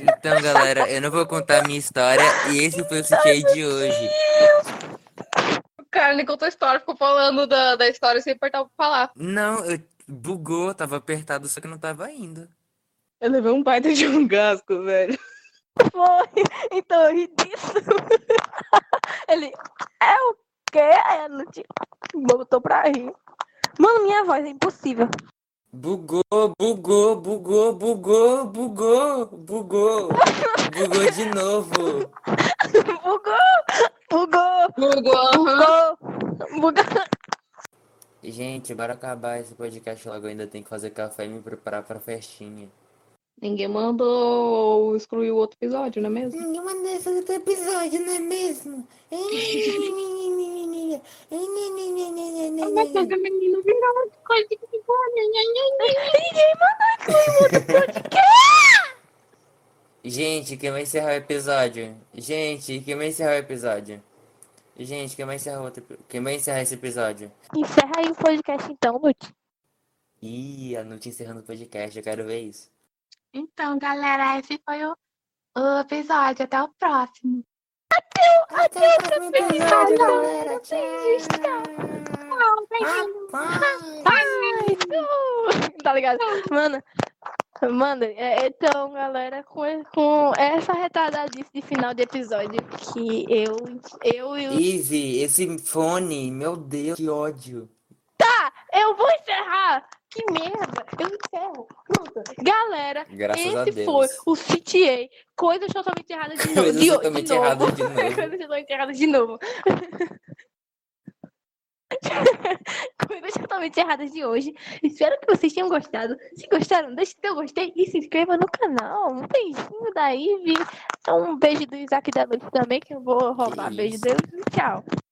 Speaker 2: Então, galera, eu não vou contar a minha história e esse foi o CTA de hoje.
Speaker 4: O cara nem contou a história, ficou falando da, da história sem apertar pra falar.
Speaker 2: Não, eu- bugou, tava apertado, só que não tava indo.
Speaker 4: Eu levei um baita de um gasco, velho.
Speaker 1: Foi. Então eu ri disso. Ele, é o quê? Aí a noite botou pra rir. Mano, minha voz é impossível.
Speaker 2: Bugou, bugou, bugou, bugou, bugou, bugou. Bugou de novo.
Speaker 1: Bugou! Bugou!
Speaker 4: Google, aham.
Speaker 1: Bugou! Bugou!
Speaker 2: Gente, bora acabar esse podcast logo. Eu ainda tenho que fazer café e me preparar pra festinha.
Speaker 4: Ninguém mandou excluir o outro episódio, não é mesmo?
Speaker 2: Nenhuma dessa do episódio, não é mesmo?
Speaker 4: Mas o menino virar uma coisa que ficou.
Speaker 2: Gente, quem vai encerrar o episódio? Gente, quem vai encerrar o episódio? Gente, quem vai encerrar o outro... epi- Quem vai encerrar esse episódio?
Speaker 1: Encerra aí o podcast então, Nut.
Speaker 2: Ih, a Nute encerrando o podcast, eu quero ver isso.
Speaker 8: Então, galera, esse foi o, o episódio. Até o próximo.
Speaker 1: Tá ligado? Mano, mano, é- então, galera, com, e- com essa retardadice de final de episódio que eu, eu e o
Speaker 2: Easy, esse fone, meu Deus, que ódio.
Speaker 1: Eu vou encerrar! Que merda! Eu encerro! Pronto. Galera,
Speaker 2: Graças a
Speaker 1: esse
Speaker 2: Deus.
Speaker 1: foi o CTA. Coisas totalmente erradas de novo.
Speaker 2: Coisas
Speaker 1: de,
Speaker 2: totalmente
Speaker 1: de novo.
Speaker 2: erradas de novo.
Speaker 1: Coisas totalmente erradas de novo. Coisas totalmente erradas de hoje. Espero que vocês tenham gostado. Se gostaram, deixe seu gostei e se inscreva no canal. Um beijinho Então, da Ivy. Um beijo do Isaac e da Luz também, que eu vou roubar
Speaker 2: Que
Speaker 1: beijo
Speaker 2: isso.
Speaker 1: deles. Tchau.